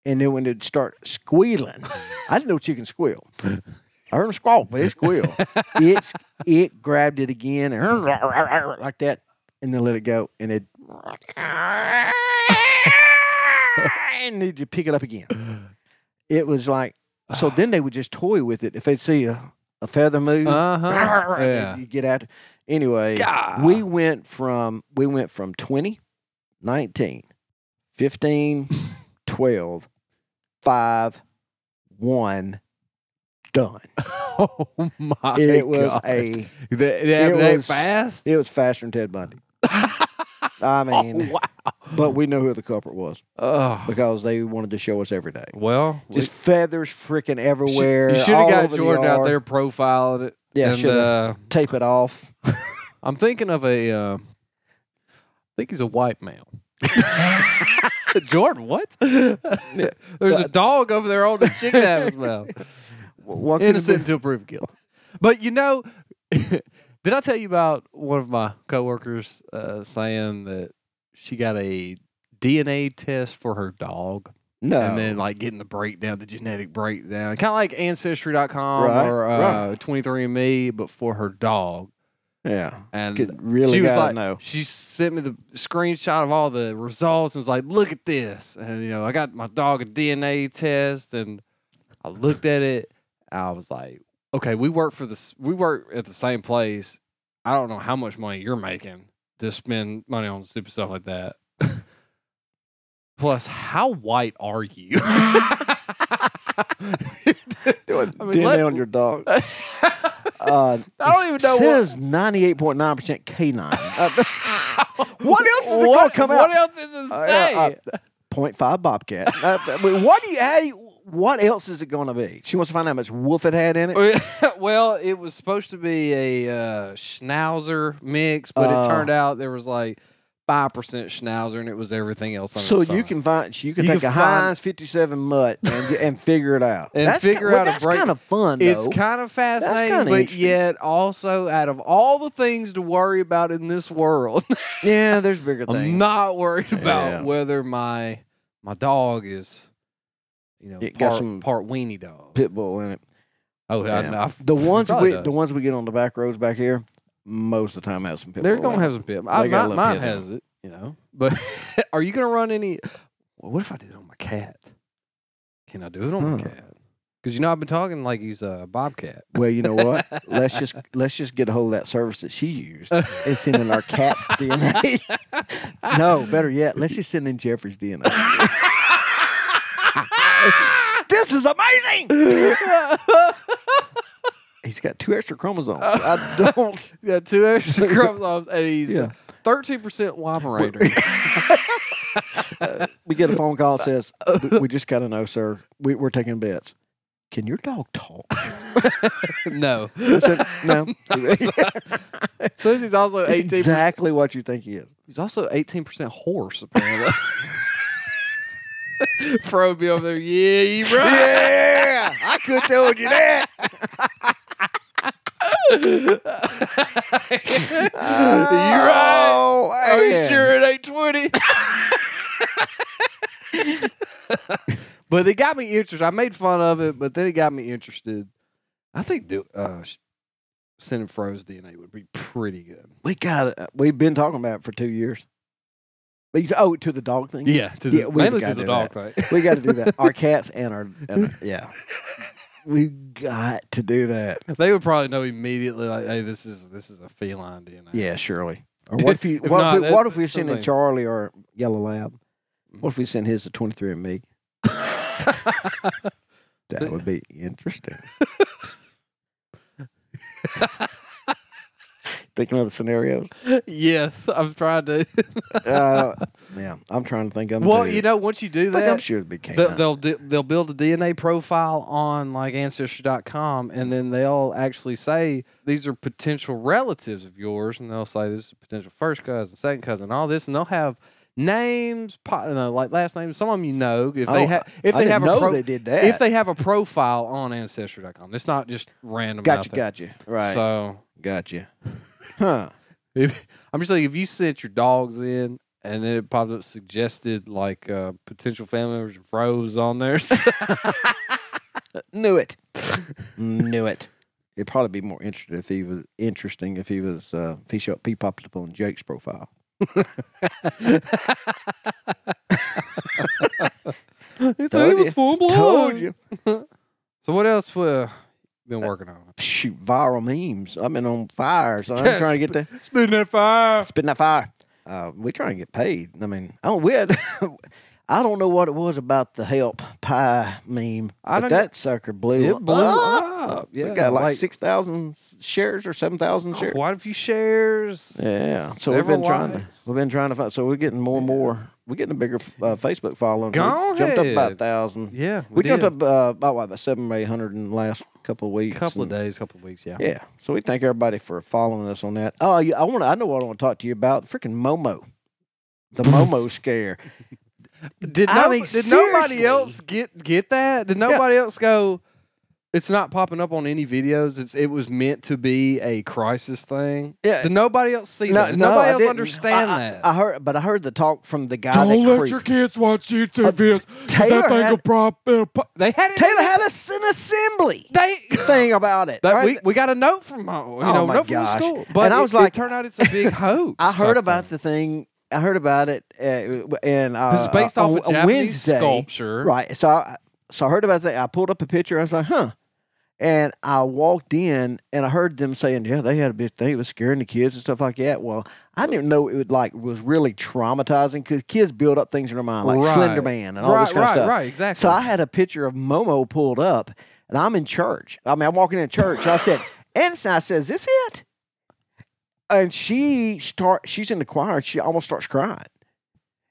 [SPEAKER 1] And then when it'd start
[SPEAKER 2] (laughs)
[SPEAKER 1] squealing, I didn't know chickens squeal. I heard them squawk, but it squeal. it's it grabbed it again and (laughs) like that, and then let it go, and it and then you pick it up again. It was like so. Then they would just toy with it if they'd see a, a feather move. (laughs)
[SPEAKER 2] Uh-huh. Yeah.
[SPEAKER 1] You get out. Anyway,
[SPEAKER 2] God.
[SPEAKER 1] we went from we went from 20 19
[SPEAKER 2] (laughs)
[SPEAKER 1] 15 12 5 1 done
[SPEAKER 2] (laughs) Oh my!
[SPEAKER 1] it was
[SPEAKER 2] God.
[SPEAKER 1] a
[SPEAKER 2] That, that,
[SPEAKER 1] it
[SPEAKER 2] that
[SPEAKER 1] was-
[SPEAKER 2] fast.
[SPEAKER 1] it was faster than ted
[SPEAKER 2] (laughs)
[SPEAKER 1] bundy i mean
[SPEAKER 2] oh,
[SPEAKER 1] but we knew who the culprit was
[SPEAKER 2] wow. Oh.
[SPEAKER 1] because they wanted to show us every day
[SPEAKER 2] Well, we-
[SPEAKER 1] just feathers freaking
[SPEAKER 2] sh-
[SPEAKER 1] everywhere
[SPEAKER 2] you should
[SPEAKER 1] all
[SPEAKER 2] have got
[SPEAKER 1] over the
[SPEAKER 2] Jordan out
[SPEAKER 1] yard.
[SPEAKER 2] there profiled it.
[SPEAKER 1] yeah
[SPEAKER 2] and,
[SPEAKER 1] should have
[SPEAKER 2] uh,
[SPEAKER 1] tape it off
[SPEAKER 2] I'm thinking of a. Uh, I think he's a white male. (laughs) Jordan, (laughs) what? There's a dog over there on the chicken out of his mouth. (laughs)
[SPEAKER 1] what could have
[SPEAKER 2] Innocent
[SPEAKER 1] been-
[SPEAKER 2] until proven guilty. But you know, (laughs) did I tell you about one of my coworkers uh, saying that she got a DNA test for her dog?
[SPEAKER 1] no
[SPEAKER 2] and then like getting the breakdown, the genetic breakdown, kind of like Ancestry.com
[SPEAKER 1] Right,
[SPEAKER 2] or uh,
[SPEAKER 1] right.
[SPEAKER 2] 23andMe, but for her dog.
[SPEAKER 1] yeah
[SPEAKER 2] And
[SPEAKER 1] Could really
[SPEAKER 2] she was
[SPEAKER 1] gotta
[SPEAKER 2] like, (laughs)
[SPEAKER 1] know.
[SPEAKER 2] she sent me the screenshot of all the results and was like, "Look at this!" And you know, I got my dog a DNA test, and I looked at it. And I was like, "Okay, we work for this. We work at the same place. I don't know how much money you're making to spend money on stupid stuff like that." (laughs) Plus, how white
[SPEAKER 1] (laughs)
[SPEAKER 2] are you? (laughs) I mean,
[SPEAKER 1] DNA
[SPEAKER 2] let-
[SPEAKER 1] on your dog
[SPEAKER 2] (laughs)
[SPEAKER 1] Uh,
[SPEAKER 2] I don't even know
[SPEAKER 1] It
[SPEAKER 2] what-
[SPEAKER 1] says ninety-eight point nine percent canine.
[SPEAKER 2] (laughs)
[SPEAKER 1] Uh, What else is it
[SPEAKER 2] What-
[SPEAKER 1] gonna come out?
[SPEAKER 2] What else is it
[SPEAKER 1] Uh,
[SPEAKER 2] say?
[SPEAKER 1] uh, Point five bobcat. Uh, I mean, what do you? How do you- what else is it going to be? She wants to find out how much wolf it had in it.
[SPEAKER 2] (laughs) Oh, well, it was supposed to be a uh, schnauzer mix, but it
[SPEAKER 1] Uh.
[SPEAKER 2] turned out there was like five percent schnauzer, and it was everything else.
[SPEAKER 1] So
[SPEAKER 2] Under the
[SPEAKER 1] you
[SPEAKER 2] sun.
[SPEAKER 1] can find you can
[SPEAKER 2] You
[SPEAKER 1] take
[SPEAKER 2] can
[SPEAKER 1] a
[SPEAKER 2] find-
[SPEAKER 1] Heinz fifty-seven mutt and, and figure it out
[SPEAKER 2] (laughs) And
[SPEAKER 1] That's
[SPEAKER 2] figure
[SPEAKER 1] ki- well,
[SPEAKER 2] out a
[SPEAKER 1] that's
[SPEAKER 2] break-
[SPEAKER 1] kind of fun.
[SPEAKER 2] It's
[SPEAKER 1] though.
[SPEAKER 2] kind of fascinating,
[SPEAKER 1] kinda
[SPEAKER 2] but
[SPEAKER 1] interesting.
[SPEAKER 2] yet also out of all the things to worry about in this world,
[SPEAKER 1] yeah, there's bigger things.
[SPEAKER 2] (laughs) I'm not worried about
[SPEAKER 1] Yeah.
[SPEAKER 2] whether my my dog is, you know,
[SPEAKER 1] It got
[SPEAKER 2] part,
[SPEAKER 1] some-
[SPEAKER 2] part weenie dog.
[SPEAKER 1] Pit bull in it.
[SPEAKER 2] Oh, I-
[SPEAKER 1] Yeah.
[SPEAKER 2] I-
[SPEAKER 1] the ones
[SPEAKER 2] probably
[SPEAKER 1] we
[SPEAKER 2] does.
[SPEAKER 1] the ones we get on the back roads back here, most of the time have some pit
[SPEAKER 2] They're
[SPEAKER 1] bull
[SPEAKER 2] gonna
[SPEAKER 1] in it.
[SPEAKER 2] have some pit. I,
[SPEAKER 1] They got a little
[SPEAKER 2] mine mine
[SPEAKER 1] pit in
[SPEAKER 2] has it, you know. But (laughs) are you gonna run any? Well, what if I did it on my cat? Can I do it on my
[SPEAKER 1] Huh.
[SPEAKER 2] cat? Because you know I've been talking like he's a bobcat.
[SPEAKER 1] Well, you know
[SPEAKER 2] (laughs)
[SPEAKER 1] what? let's just let's just get a hold of that service that she used and send in our
[SPEAKER 2] (laughs)
[SPEAKER 1] cat's DNA. (laughs) no, better yet, let's just send in Jeffrey's DNA. (laughs) this is amazing. (laughs) He's got two extra chromosomes. I
[SPEAKER 2] (laughs)
[SPEAKER 1] don't.
[SPEAKER 2] Yeah,
[SPEAKER 1] (laughs)
[SPEAKER 2] two extra chromosomes, and he's
[SPEAKER 1] Yeah.
[SPEAKER 2] thirteen percent operator.
[SPEAKER 1] We get a phone call that says, "We- "We just got to know, sir. We, we're taking bets. Can your dog talk?"
[SPEAKER 2] (laughs)
[SPEAKER 1] (laughs)
[SPEAKER 2] no,
[SPEAKER 1] I said, no.
[SPEAKER 2] so he's also
[SPEAKER 1] That's
[SPEAKER 2] eighteen.
[SPEAKER 1] exactly what you think he is.
[SPEAKER 2] He's also eighteen percent horse
[SPEAKER 1] (laughs)
[SPEAKER 2] apparently. (laughs) Fro be over there. Yeah, you right.
[SPEAKER 1] Yeah, I could told you that.
[SPEAKER 2] you right.
[SPEAKER 1] Oh,
[SPEAKER 2] Are you
[SPEAKER 1] man.
[SPEAKER 2] sure it ain't 20? (laughs) but it got me interested. I made fun of it, but then it got me interested. I think do, uh, sh- sending Froze DNA would be pretty good.
[SPEAKER 1] uh, We got it. We've been talking about it for two years. But you, oh, to the dog thing.
[SPEAKER 2] Yeah, to the,
[SPEAKER 1] Yeah, we've
[SPEAKER 2] mainly to
[SPEAKER 1] gotta
[SPEAKER 2] the
[SPEAKER 1] do
[SPEAKER 2] dog thing.
[SPEAKER 1] we got to do that. Our cats and our, and our- yeah, we got to do that.
[SPEAKER 2] (laughs) They would probably know immediately, like, hey, this is this is a feline DNA.
[SPEAKER 1] Yeah, surely. Or what if you?
[SPEAKER 2] If
[SPEAKER 1] What
[SPEAKER 2] not,
[SPEAKER 1] if, we,
[SPEAKER 2] that-
[SPEAKER 1] what if we
[SPEAKER 2] that's
[SPEAKER 1] send in
[SPEAKER 2] something. Mm-hmm.
[SPEAKER 1] Charlie or Yellow Lab? What if we send his to twenty three and
[SPEAKER 2] (laughs)
[SPEAKER 1] me? That would be
[SPEAKER 2] (laughs)
[SPEAKER 1] interesting. Thinking of the scenarios.
[SPEAKER 2] (laughs) yes, I'm trying to.
[SPEAKER 1] Uh, yeah, I'm trying to think. I'm
[SPEAKER 2] well, you know, once you do
[SPEAKER 1] but I'm
[SPEAKER 2] that,
[SPEAKER 1] sure it'd be canine.
[SPEAKER 2] they'll they'll, do, they'll build a DNA profile on like ancestry.com, and then they'll actually say these are potential relatives of yours, and they'll say this is potential first cousin, second cousin, all this, and they'll have names, po- no, like last names. Some of them you know if they
[SPEAKER 1] Oh,
[SPEAKER 2] have if
[SPEAKER 1] I
[SPEAKER 2] they
[SPEAKER 1] didn't
[SPEAKER 2] have a
[SPEAKER 1] know
[SPEAKER 2] pro-
[SPEAKER 1] they did that.
[SPEAKER 2] if they have a profile on ancestry.com. It's not just random.
[SPEAKER 1] got you,
[SPEAKER 2] out there.
[SPEAKER 1] got you, right,
[SPEAKER 2] So
[SPEAKER 1] got you, huh?
[SPEAKER 2] if, I'm just like if you sent your dogs in. And then it popped up suggested like uh, potential family members and froze on there. (laughs) So-
[SPEAKER 1] Knew it. Knew it. (laughs) It'd probably be more interesting if he was interesting if he was uh, if he showed he popped up on Jake's profile.
[SPEAKER 2] They thought
[SPEAKER 1] Told
[SPEAKER 2] it
[SPEAKER 1] you.
[SPEAKER 2] was full blown.
[SPEAKER 1] Told you.
[SPEAKER 2] So what else uh, been working on?
[SPEAKER 1] Shoot, viral memes. I've been on fire, so I'm trying to get the
[SPEAKER 2] Spitting that fire.
[SPEAKER 1] spitting that fire. Uh, we trying to get paid. I mean, I don't we had, (laughs) I don't know what it was about the help pie meme,
[SPEAKER 2] I
[SPEAKER 1] but
[SPEAKER 2] don't-
[SPEAKER 1] that sucker blew
[SPEAKER 2] It blew
[SPEAKER 1] up.
[SPEAKER 2] up.
[SPEAKER 1] We
[SPEAKER 2] Yeah,
[SPEAKER 1] got like, six thousand shares or seven thousand shares.
[SPEAKER 2] Quite a few shares.
[SPEAKER 1] Yeah, so we've been
[SPEAKER 2] several
[SPEAKER 1] trying to
[SPEAKER 2] likes.
[SPEAKER 1] we've been trying to find. So we're getting more and more. We're getting a bigger uh, Facebook following. So
[SPEAKER 2] Go
[SPEAKER 1] we Jumped up about a
[SPEAKER 2] ahead.
[SPEAKER 1] thousand.
[SPEAKER 2] Yeah,
[SPEAKER 1] we, jumped up
[SPEAKER 2] did.
[SPEAKER 1] uh, about what, about seven or eight hundred in the last couple of weeks.
[SPEAKER 2] couple of
[SPEAKER 1] and-
[SPEAKER 2] days, couple of weeks. Yeah.
[SPEAKER 1] Yeah, so we thank everybody for following us on that. Oh, yeah, I want I know what I want to talk to you about. Freaking Momo, the
[SPEAKER 2] (laughs)
[SPEAKER 1] Momo scare.
[SPEAKER 2] Did,
[SPEAKER 1] I
[SPEAKER 2] no-
[SPEAKER 1] mean,
[SPEAKER 2] did nobody
[SPEAKER 1] seriously.
[SPEAKER 2] else get get that? Did nobody else go? It's not popping up on any videos. It's it was meant to be a crisis thing.
[SPEAKER 1] Yeah.
[SPEAKER 2] Did nobody else see
[SPEAKER 1] No,
[SPEAKER 2] that? Did
[SPEAKER 1] no, I
[SPEAKER 2] nobody else
[SPEAKER 1] didn't.
[SPEAKER 2] understand
[SPEAKER 1] I- I-
[SPEAKER 2] that.
[SPEAKER 1] I, heard, but I heard the talk from the guy that creeped.
[SPEAKER 2] kids watch YouTube videos.
[SPEAKER 1] Taylor had-
[SPEAKER 2] prop, it'll pop- They had it.
[SPEAKER 1] Taylor had us an assembly
[SPEAKER 2] They
[SPEAKER 1] thing about it.
[SPEAKER 2] (laughs) that
[SPEAKER 1] All right,
[SPEAKER 2] we, we got a note from uh, you know
[SPEAKER 1] Oh my
[SPEAKER 2] note from
[SPEAKER 1] gosh.
[SPEAKER 2] the school,
[SPEAKER 1] And
[SPEAKER 2] but
[SPEAKER 1] I
[SPEAKER 2] it-
[SPEAKER 1] was like-
[SPEAKER 2] it turned out it's a big hoax.
[SPEAKER 1] (laughs) I heard
[SPEAKER 2] type
[SPEAKER 1] about
[SPEAKER 2] thing.
[SPEAKER 1] the thing. I heard about it, uh, and uh,
[SPEAKER 2] This is based
[SPEAKER 1] uh,
[SPEAKER 2] off
[SPEAKER 1] on
[SPEAKER 2] a Japanese
[SPEAKER 1] Wednesday,
[SPEAKER 2] sculpture.
[SPEAKER 1] right? So, I, so I heard about that. I pulled up a picture. I was like, huh. And I walked in, and I heard them saying, "Yeah, they had a bit. They was scaring the kids and stuff like that." Well, I didn't know it would like was really traumatizing because kids build up things in their mind, like
[SPEAKER 2] Right.
[SPEAKER 1] Slender Man and all
[SPEAKER 2] right,
[SPEAKER 1] this kind
[SPEAKER 2] right,
[SPEAKER 1] of stuff.
[SPEAKER 2] right, exactly.
[SPEAKER 1] So I had a picture of Momo pulled up, and I'm in church. I mean, I'm walking in church. I
[SPEAKER 2] (laughs)
[SPEAKER 1] said, Anderson, I says, "Is it?" And she start. She's in the choir. and She almost starts crying.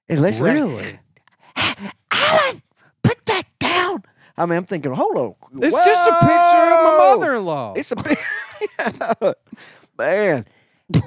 [SPEAKER 1] And Leslie,
[SPEAKER 2] really,
[SPEAKER 1] (laughs) Alan, put that down. I mean, I'm thinking, hold on.
[SPEAKER 2] it's just a picture of my
[SPEAKER 1] Whoa.
[SPEAKER 2] mother-in-law.
[SPEAKER 1] It's a big (laughs) man,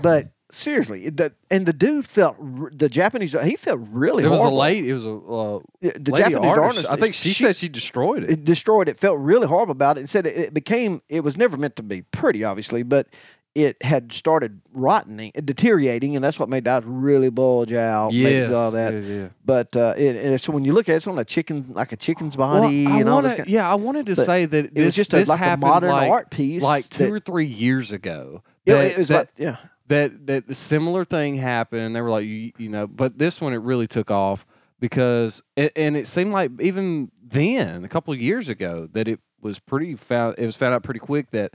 [SPEAKER 1] but seriously, the and the dude felt r- the Japanese. He felt really.
[SPEAKER 2] it was a
[SPEAKER 1] horrible.
[SPEAKER 2] late. It was a uh,
[SPEAKER 1] The
[SPEAKER 2] lady
[SPEAKER 1] Japanese
[SPEAKER 2] artist.
[SPEAKER 1] artist.
[SPEAKER 2] I think she, said she destroyed it.
[SPEAKER 1] it destroyed it felt really horrible about it and said it, it became it was never meant to be pretty obviously but it had started rotting deteriorating and that's what made eyes really bulge out made
[SPEAKER 2] yes,
[SPEAKER 1] all that
[SPEAKER 2] yeah, yeah.
[SPEAKER 1] but uh it, and so when you look at it, it's on a chicken like a chicken's body
[SPEAKER 2] Well, I
[SPEAKER 1] and all
[SPEAKER 2] wanna,
[SPEAKER 1] this kind
[SPEAKER 2] yeah, I wanted to
[SPEAKER 1] But
[SPEAKER 2] say that
[SPEAKER 1] it
[SPEAKER 2] this,
[SPEAKER 1] was just a,
[SPEAKER 2] this
[SPEAKER 1] like a
[SPEAKER 2] happened
[SPEAKER 1] modern
[SPEAKER 2] like,
[SPEAKER 1] art piece
[SPEAKER 2] like two
[SPEAKER 1] that-
[SPEAKER 2] or three years ago.
[SPEAKER 1] Yeah,
[SPEAKER 2] That-
[SPEAKER 1] it was
[SPEAKER 2] that-
[SPEAKER 1] like yeah
[SPEAKER 2] that that the similar thing happened and they were like you, you know but this one it really took off because a- and it seemed like even then a couple of years ago that it was pretty found it was found out pretty quick that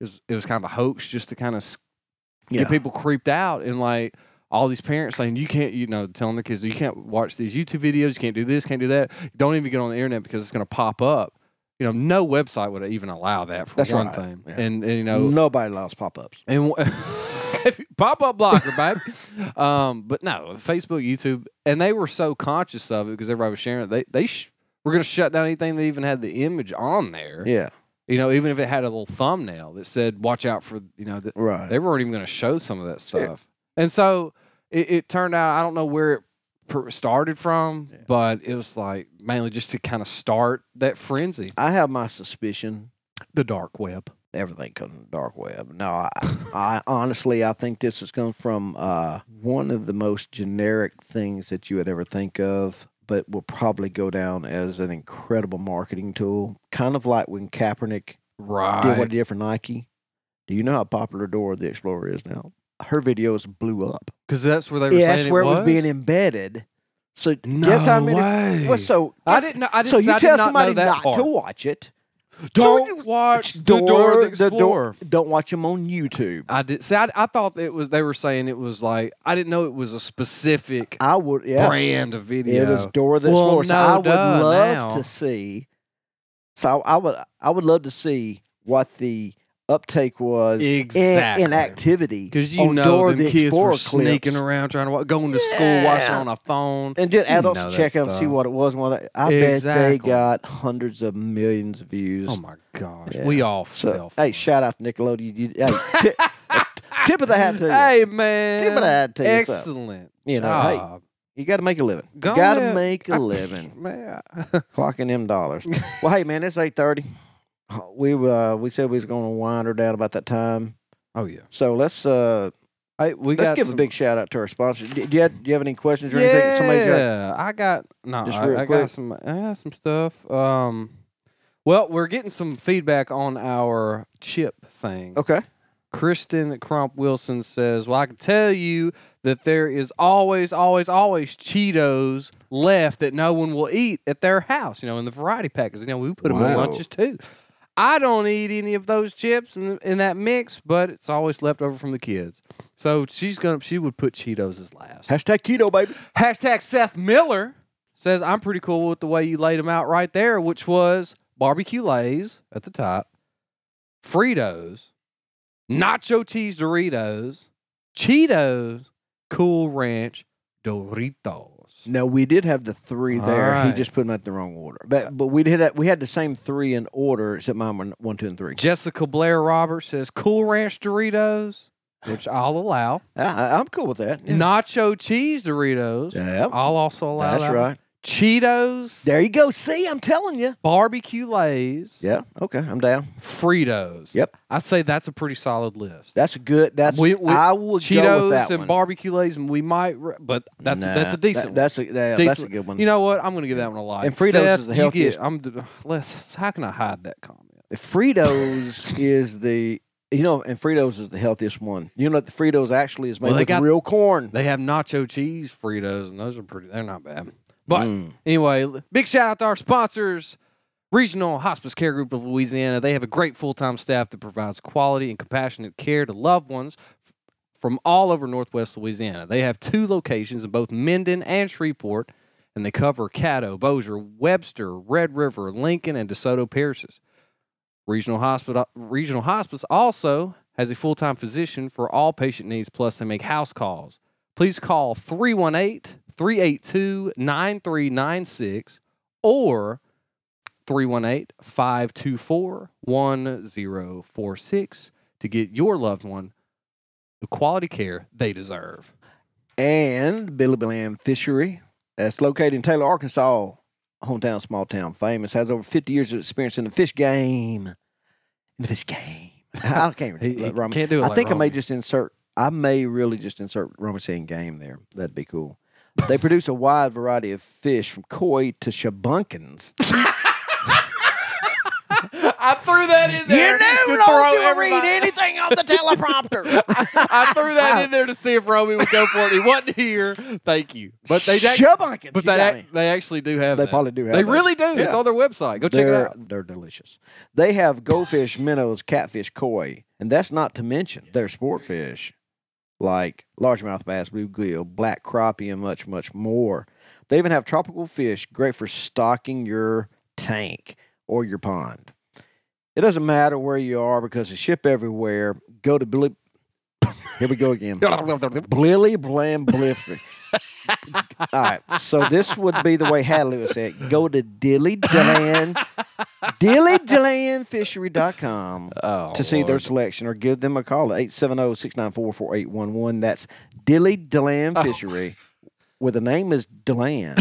[SPEAKER 2] it was, it was kind of a hoax just to kind of
[SPEAKER 1] yeah
[SPEAKER 2] get people creeped out and like all these parents saying you can't you know telling the kids you can't watch these youtube videos you can't do this can't do that don't even get on the internet because it's going to pop up you know no website would even allow that for
[SPEAKER 1] That's
[SPEAKER 2] one
[SPEAKER 1] right.
[SPEAKER 2] thing
[SPEAKER 1] Yeah.
[SPEAKER 2] and, and you know
[SPEAKER 1] nobody loves pop-ups
[SPEAKER 2] and (laughs) pop up blocker,
[SPEAKER 1] (laughs)
[SPEAKER 2] babe. um, but no, Facebook, YouTube, and they were so conscious of it because everybody was sharing it. They they sh- were going to shut down anything that even had the image on there.
[SPEAKER 1] yeah
[SPEAKER 2] You know, even if it had a little thumbnail that said "Watch out for," you know, that
[SPEAKER 1] right
[SPEAKER 2] they weren't even going to show some of that
[SPEAKER 1] Sure.
[SPEAKER 2] stuff. And so it, it turned out I don't know where it per- started from,
[SPEAKER 1] Yeah.
[SPEAKER 2] but it was like mainly just to kind of start that frenzy,
[SPEAKER 1] i have my suspicion
[SPEAKER 2] the dark web.
[SPEAKER 1] everything comes from the dark web. No, I, I honestly, I think this has come from uh, one of the most generic things that you would ever think of, but will probably go down as an incredible marketing tool. Kind of like when Kaepernick did what
[SPEAKER 2] Right.
[SPEAKER 1] he did for Nike. Do you know how popular Dora the Explorer is now? her videos blew up.
[SPEAKER 2] Because that's where they were
[SPEAKER 1] Yeah,
[SPEAKER 2] saying
[SPEAKER 1] that's where
[SPEAKER 2] it was
[SPEAKER 1] being embedded. So
[SPEAKER 2] No
[SPEAKER 1] guess how many?
[SPEAKER 2] way.
[SPEAKER 1] Well, so
[SPEAKER 2] I
[SPEAKER 1] guess-
[SPEAKER 2] didn't know. I didn't,
[SPEAKER 1] so you
[SPEAKER 2] I did
[SPEAKER 1] tell
[SPEAKER 2] not
[SPEAKER 1] somebody
[SPEAKER 2] know that
[SPEAKER 1] not
[SPEAKER 2] part.
[SPEAKER 1] to watch it.
[SPEAKER 2] Don't
[SPEAKER 1] Don't
[SPEAKER 2] watch
[SPEAKER 1] It's
[SPEAKER 2] the Dora the Explorer.
[SPEAKER 1] Door, don't watch them on YouTube.
[SPEAKER 2] I did. See, I, I thought it was. They were saying it was like I didn't know it was a specific
[SPEAKER 1] I would. Yeah,
[SPEAKER 2] brand of video.
[SPEAKER 1] it was Dora the
[SPEAKER 2] Well,
[SPEAKER 1] Explorer. so
[SPEAKER 2] no
[SPEAKER 1] I would
[SPEAKER 2] duh,
[SPEAKER 1] love
[SPEAKER 2] now.
[SPEAKER 1] to see. So I would. I would love to see what the uptake was in-
[SPEAKER 2] Exactly.
[SPEAKER 1] in, activity
[SPEAKER 2] Because you
[SPEAKER 1] on
[SPEAKER 2] know
[SPEAKER 1] Dora
[SPEAKER 2] them
[SPEAKER 1] the
[SPEAKER 2] kids
[SPEAKER 1] Explorer
[SPEAKER 2] were sneaking
[SPEAKER 1] clips.
[SPEAKER 2] around, trying to wa- going to school, watching
[SPEAKER 1] Yeah.
[SPEAKER 2] on a phone.
[SPEAKER 1] And then
[SPEAKER 2] You
[SPEAKER 1] adults
[SPEAKER 2] know that
[SPEAKER 1] check up and see
[SPEAKER 2] stuff.
[SPEAKER 1] what it was. and what it- I bet they
[SPEAKER 2] Exactly.
[SPEAKER 1] got hundreds of millions of views.
[SPEAKER 2] Oh my gosh,
[SPEAKER 1] Yeah.
[SPEAKER 2] we all
[SPEAKER 1] so,
[SPEAKER 2] fell. for
[SPEAKER 1] hey,
[SPEAKER 2] it. (laughs)
[SPEAKER 1] shout out to Nickelodeon. You, hey, ti- tip of the hat to you.
[SPEAKER 2] Hey man,
[SPEAKER 1] Tip of the hat to you. so.
[SPEAKER 2] excellent.
[SPEAKER 1] You know, hey,
[SPEAKER 2] Ah,
[SPEAKER 1] you got to make a living. You
[SPEAKER 2] Go
[SPEAKER 1] got to
[SPEAKER 2] live.
[SPEAKER 1] make a living.
[SPEAKER 2] Ah, man. (laughs)
[SPEAKER 1] Clocking them dollars. well, hey man, it's eight thirty. We uh, we said we was going to wind her down about that time.
[SPEAKER 2] Oh yeah.
[SPEAKER 1] So let's uh,
[SPEAKER 2] Hey, we
[SPEAKER 1] let's
[SPEAKER 2] got
[SPEAKER 1] give
[SPEAKER 2] some,
[SPEAKER 1] a big shout out to our sponsors. Do do you have, do you have any questions or
[SPEAKER 2] yeah,
[SPEAKER 1] anything? that Somebody's got?
[SPEAKER 2] I got no.
[SPEAKER 1] Just
[SPEAKER 2] I,
[SPEAKER 1] real
[SPEAKER 2] I
[SPEAKER 1] quick.
[SPEAKER 2] got some. I got some stuff. Um, well, we're getting some feedback on our chip thing.
[SPEAKER 1] Okay.
[SPEAKER 2] Kristen Crump Wilson says, "Well, I can tell you that there is always, always, always Cheetos left that no one will eat at their house. You know, in the variety packets. You know, we put them on
[SPEAKER 1] Wow.
[SPEAKER 2] lunches too. I don't eat any of those chips in, in that mix, but it's always left over from the kids. So she's gonna, she would put Cheetos as last.
[SPEAKER 1] Hashtag keto, baby.
[SPEAKER 2] Hashtag Seth Miller says, I'm pretty cool with the way you laid them out right there, which was barbecue lays at the top, Fritos, nacho cheese Doritos, Cheetos, Cool Ranch, Doritos.
[SPEAKER 1] No, we did have the three
[SPEAKER 2] All
[SPEAKER 1] there. He
[SPEAKER 2] right.
[SPEAKER 1] just put them out in the wrong order. But but we did have, we had the same three in order except mine were one, two, and three.
[SPEAKER 2] Jessica Blair Roberts says, Cool Ranch Doritos, which I'll allow,
[SPEAKER 1] I, I- I'm cool with that. Yeah.
[SPEAKER 2] nacho cheese Doritos,
[SPEAKER 1] Yep.
[SPEAKER 2] I'll also allow
[SPEAKER 1] that's
[SPEAKER 2] that.
[SPEAKER 1] right.
[SPEAKER 2] Cheetos,
[SPEAKER 1] There you go. See, I'm telling you.
[SPEAKER 2] barbecue lays,
[SPEAKER 1] Yeah. Okay. I'm down.
[SPEAKER 2] Fritos.
[SPEAKER 1] Yep.
[SPEAKER 2] I say that's a pretty solid list.
[SPEAKER 1] That's good. That's
[SPEAKER 2] We- we-
[SPEAKER 1] I will go with that
[SPEAKER 2] Cheetos
[SPEAKER 1] one.
[SPEAKER 2] and barbecue lays, and we might, re- but that's
[SPEAKER 1] Nah,
[SPEAKER 2] that's a
[SPEAKER 1] that-
[SPEAKER 2] decent. one.
[SPEAKER 1] that's a yeah, that's a
[SPEAKER 2] Decent-
[SPEAKER 1] good one.
[SPEAKER 2] You know what? I'm going to give that one a like.
[SPEAKER 1] And Fritos
[SPEAKER 2] Seth,
[SPEAKER 1] is the
[SPEAKER 2] you
[SPEAKER 1] healthiest.
[SPEAKER 2] Get, I'm. d- Let's. How can I hide that comment?
[SPEAKER 1] The Fritos is the you know, and Fritos is the healthiest one. You know, the Fritos actually is made
[SPEAKER 2] Well, they
[SPEAKER 1] with
[SPEAKER 2] got-
[SPEAKER 1] real corn.
[SPEAKER 2] They have nacho cheese Fritos, and those are pretty. They're not bad. But
[SPEAKER 1] Mm.
[SPEAKER 2] anyway, l- big shout out to our sponsors. Regional Hospice Care Group of Louisiana. They have a great full time staff that provides quality and compassionate care to loved ones f- from all over Northwest Louisiana. They have two locations in both Minden and Shreveport, and they cover Caddo, Bossier, Webster, Red River, Lincoln, and DeSoto parishes. Regional Hospital Regional Hospice also has a full-time physician for all patient needs plus they make house calls. Please call 318-382-9396 or 318-524-1046 to get your loved one the quality care they deserve.
[SPEAKER 1] and Billy Bland Fishery. That's located in Taylor, Arkansas. Hometown, small town, famous. Has over 50 years of experience in the fish game. In the fish game. (laughs) I can't,
[SPEAKER 2] He- he
[SPEAKER 1] let Rami-
[SPEAKER 2] can't do it
[SPEAKER 1] I
[SPEAKER 2] like
[SPEAKER 1] think I may
[SPEAKER 2] Rami.
[SPEAKER 1] just insert, I may really just insert Roman saying game there. That'd be cool. They produce a wide variety of fish from koi to shabunkins.
[SPEAKER 2] (laughs) I threw that in
[SPEAKER 1] anything off the teleprompter.
[SPEAKER 2] (laughs)
[SPEAKER 1] (laughs)
[SPEAKER 2] I threw that in there to see if Romy would go for it. He wasn't here. Thank you. But they
[SPEAKER 1] shabunkins.
[SPEAKER 2] but
[SPEAKER 1] you
[SPEAKER 2] they,
[SPEAKER 1] got
[SPEAKER 2] ac-
[SPEAKER 1] me.
[SPEAKER 2] they actually do have.
[SPEAKER 1] They
[SPEAKER 2] that.
[SPEAKER 1] probably do have
[SPEAKER 2] They
[SPEAKER 1] that.
[SPEAKER 2] really do. It's
[SPEAKER 1] Yeah.
[SPEAKER 2] on their website. Go check
[SPEAKER 1] they're,
[SPEAKER 2] it out.
[SPEAKER 1] They're delicious. They have goldfish, minnows, catfish, koi, and that's not to mention their sport fish like largemouth bass, bluegill, black crappie, and much, much more. They even have tropical fish great for stocking your tank or your pond. It doesn't matter where you are because they ship everywhere. Go to Billy. (laughs) Here we go
[SPEAKER 2] (laughs)
[SPEAKER 1] again. (laughs) Blilly Blam Bliffy. All right. So this would be the way Hadley would say it. Go to dilly
[SPEAKER 2] (laughs)
[SPEAKER 1] dillan, dillydellandfishery.com
[SPEAKER 2] Oh,
[SPEAKER 1] to see their selection or give them a call at oh, 870 694 4811. That's Dilly
[SPEAKER 2] Oh.
[SPEAKER 1] Deland Fishery, where the name is
[SPEAKER 2] (laughs)
[SPEAKER 1] Deland.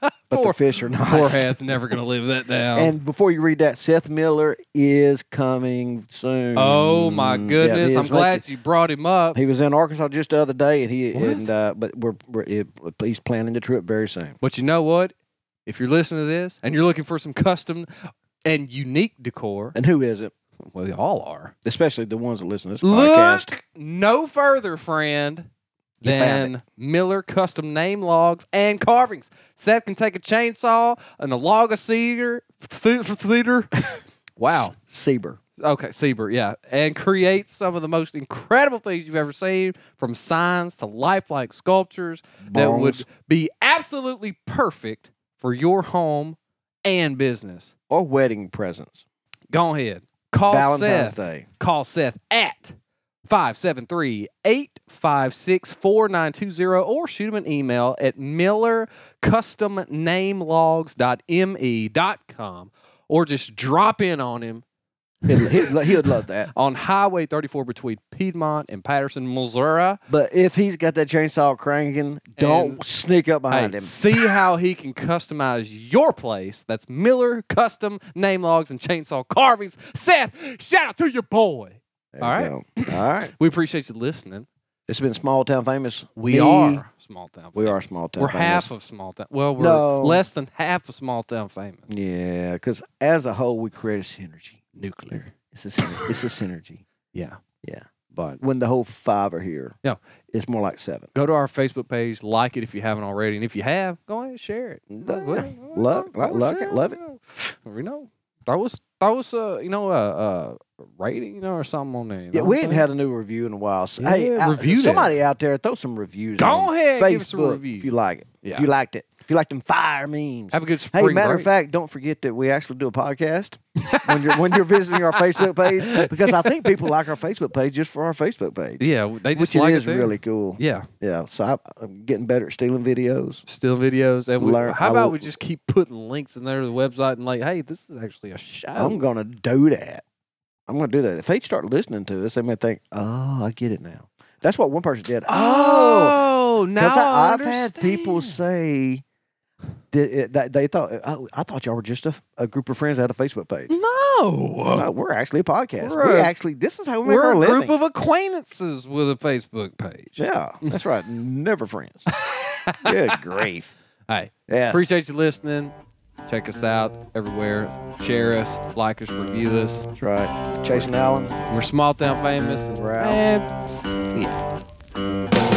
[SPEAKER 1] but the
[SPEAKER 2] Poor-
[SPEAKER 1] fish are not.
[SPEAKER 2] (laughs) Poor hat's never gonna live that down.
[SPEAKER 1] And before you read that, Seth Miller is coming soon.
[SPEAKER 2] oh my
[SPEAKER 1] Mm, Yeah,
[SPEAKER 2] goodness!
[SPEAKER 1] he
[SPEAKER 2] I'm
[SPEAKER 1] is
[SPEAKER 2] glad
[SPEAKER 1] making-
[SPEAKER 2] you brought him up.
[SPEAKER 1] he was in Arkansas just the other day, and he
[SPEAKER 2] What?
[SPEAKER 1] and uh, but we're, we're it, he's planning the trip very soon.
[SPEAKER 2] But you know what? If you're listening to this and you're looking for some custom and unique decor,
[SPEAKER 1] And who is it?
[SPEAKER 2] Well, y'all are.
[SPEAKER 1] especially the ones that listen to this podcast.
[SPEAKER 2] Look no further, friend,
[SPEAKER 1] You found
[SPEAKER 2] than Miller custom name logs and carvings. Seth can take a chainsaw and a log of cedar. (laughs) ce- cedar. Wow.
[SPEAKER 1] Seber.
[SPEAKER 2] Okay, Seabird, yeah. And create some of the most incredible things you've ever seen, from signs to lifelike sculptures that would
[SPEAKER 1] Bongs.
[SPEAKER 2] be absolutely perfect for your home and business.
[SPEAKER 1] Or wedding presents.
[SPEAKER 2] Go ahead. Call
[SPEAKER 1] Valentine's
[SPEAKER 2] Seth.
[SPEAKER 1] Day.
[SPEAKER 2] Call Seth at 573-856-4920 or shoot him an email at millercustomnamelogs.me.com E or just drop in on him
[SPEAKER 1] He'd, he'd, lo- he'd love that.
[SPEAKER 2] on Highway 34 between Piedmont and Patterson, Missouri.
[SPEAKER 1] (laughs) But if he's got that chainsaw cranking, don't
[SPEAKER 2] And-
[SPEAKER 1] sneak up
[SPEAKER 2] Hey,
[SPEAKER 1] behind him.
[SPEAKER 2] (laughs) see how he can customize your place. That's Miller Custom Name Logs and Chainsaw Carvings. Seth, shout out to your boy.
[SPEAKER 1] There
[SPEAKER 2] all
[SPEAKER 1] you go. All right.
[SPEAKER 2] We appreciate you listening.
[SPEAKER 1] (clears throat) It's been small town famous.
[SPEAKER 2] We
[SPEAKER 1] Me-
[SPEAKER 2] are small town.
[SPEAKER 1] We
[SPEAKER 2] famous.
[SPEAKER 1] are small town.
[SPEAKER 2] We're
[SPEAKER 1] famous.
[SPEAKER 2] half of small town. Well, we're
[SPEAKER 1] No.
[SPEAKER 2] less than half of small town famous.
[SPEAKER 1] Yeah, because as a whole, we create a synergy.
[SPEAKER 2] Nuclear.
[SPEAKER 1] It's a synergy. it's a synergy.
[SPEAKER 2] Yeah.
[SPEAKER 1] Yeah.
[SPEAKER 2] But
[SPEAKER 1] When the whole five are here,
[SPEAKER 2] Yeah.
[SPEAKER 1] it's more like seven.
[SPEAKER 2] go to our Facebook page, like it if you haven't already, and if you have, go ahead and share it.
[SPEAKER 1] Yeah. Love- like- like it, love it.
[SPEAKER 2] You know, that was that was uh, you know a uh, uh, rating, you know, or something on there. you know
[SPEAKER 1] Yeah,
[SPEAKER 2] what
[SPEAKER 1] we
[SPEAKER 2] I'm
[SPEAKER 1] ain't
[SPEAKER 2] saying?
[SPEAKER 1] had a new review in a while. So,
[SPEAKER 2] Yeah,
[SPEAKER 1] hey, I-
[SPEAKER 2] review that.
[SPEAKER 1] somebody out there, throw some reviews.
[SPEAKER 2] Go
[SPEAKER 1] on
[SPEAKER 2] ahead,
[SPEAKER 1] Facebook
[SPEAKER 2] give us a review.
[SPEAKER 1] if you like it.
[SPEAKER 2] Yeah.
[SPEAKER 1] If you liked it, if you like them fire memes.
[SPEAKER 2] Have a good
[SPEAKER 1] Hey,
[SPEAKER 2] spring.
[SPEAKER 1] matter
[SPEAKER 2] break.
[SPEAKER 1] of fact, don't forget that we actually do a podcast when you're when you're visiting our Facebook
[SPEAKER 2] (laughs)
[SPEAKER 1] page because I think people like our Facebook page just for our Facebook page,
[SPEAKER 2] yeah, they just
[SPEAKER 1] which
[SPEAKER 2] like
[SPEAKER 1] it is
[SPEAKER 2] there.
[SPEAKER 1] really cool.
[SPEAKER 2] Yeah,
[SPEAKER 1] Yeah, so I, I'm getting better at stealing videos.
[SPEAKER 2] still videos, and we,
[SPEAKER 1] Learn-
[SPEAKER 2] how
[SPEAKER 1] I
[SPEAKER 2] about
[SPEAKER 1] will-
[SPEAKER 2] we just keep putting links in there to the website and like, hey, this is actually a
[SPEAKER 1] I'm
[SPEAKER 2] show.
[SPEAKER 1] gonna do that. I'm gonna do that. If they start listening to us, they may think, "Oh, I get it now." That's what one person did.
[SPEAKER 2] oh, now
[SPEAKER 1] because
[SPEAKER 2] I
[SPEAKER 1] I've had people
[SPEAKER 2] understand.
[SPEAKER 1] say that, it, that they thought, "Oh, I thought y'all were just a, a group of friends that had a Facebook page."
[SPEAKER 2] no.
[SPEAKER 1] No, we're actually a podcast.
[SPEAKER 2] We're
[SPEAKER 1] we
[SPEAKER 2] a-
[SPEAKER 1] actually this is how we make
[SPEAKER 2] We're
[SPEAKER 1] our
[SPEAKER 2] a
[SPEAKER 1] living.
[SPEAKER 2] group of acquaintances with a Facebook page.
[SPEAKER 1] (laughs) Yeah, that's right. Never
[SPEAKER 2] (laughs)
[SPEAKER 1] friends. Good grief.
[SPEAKER 2] Hey,
[SPEAKER 1] Yeah.
[SPEAKER 2] appreciate you listening. Check us out everywhere. Share us, like us, review us.
[SPEAKER 1] That's right. Chasing Allen.
[SPEAKER 2] We're small town famous. and-
[SPEAKER 1] We're out.
[SPEAKER 2] Man,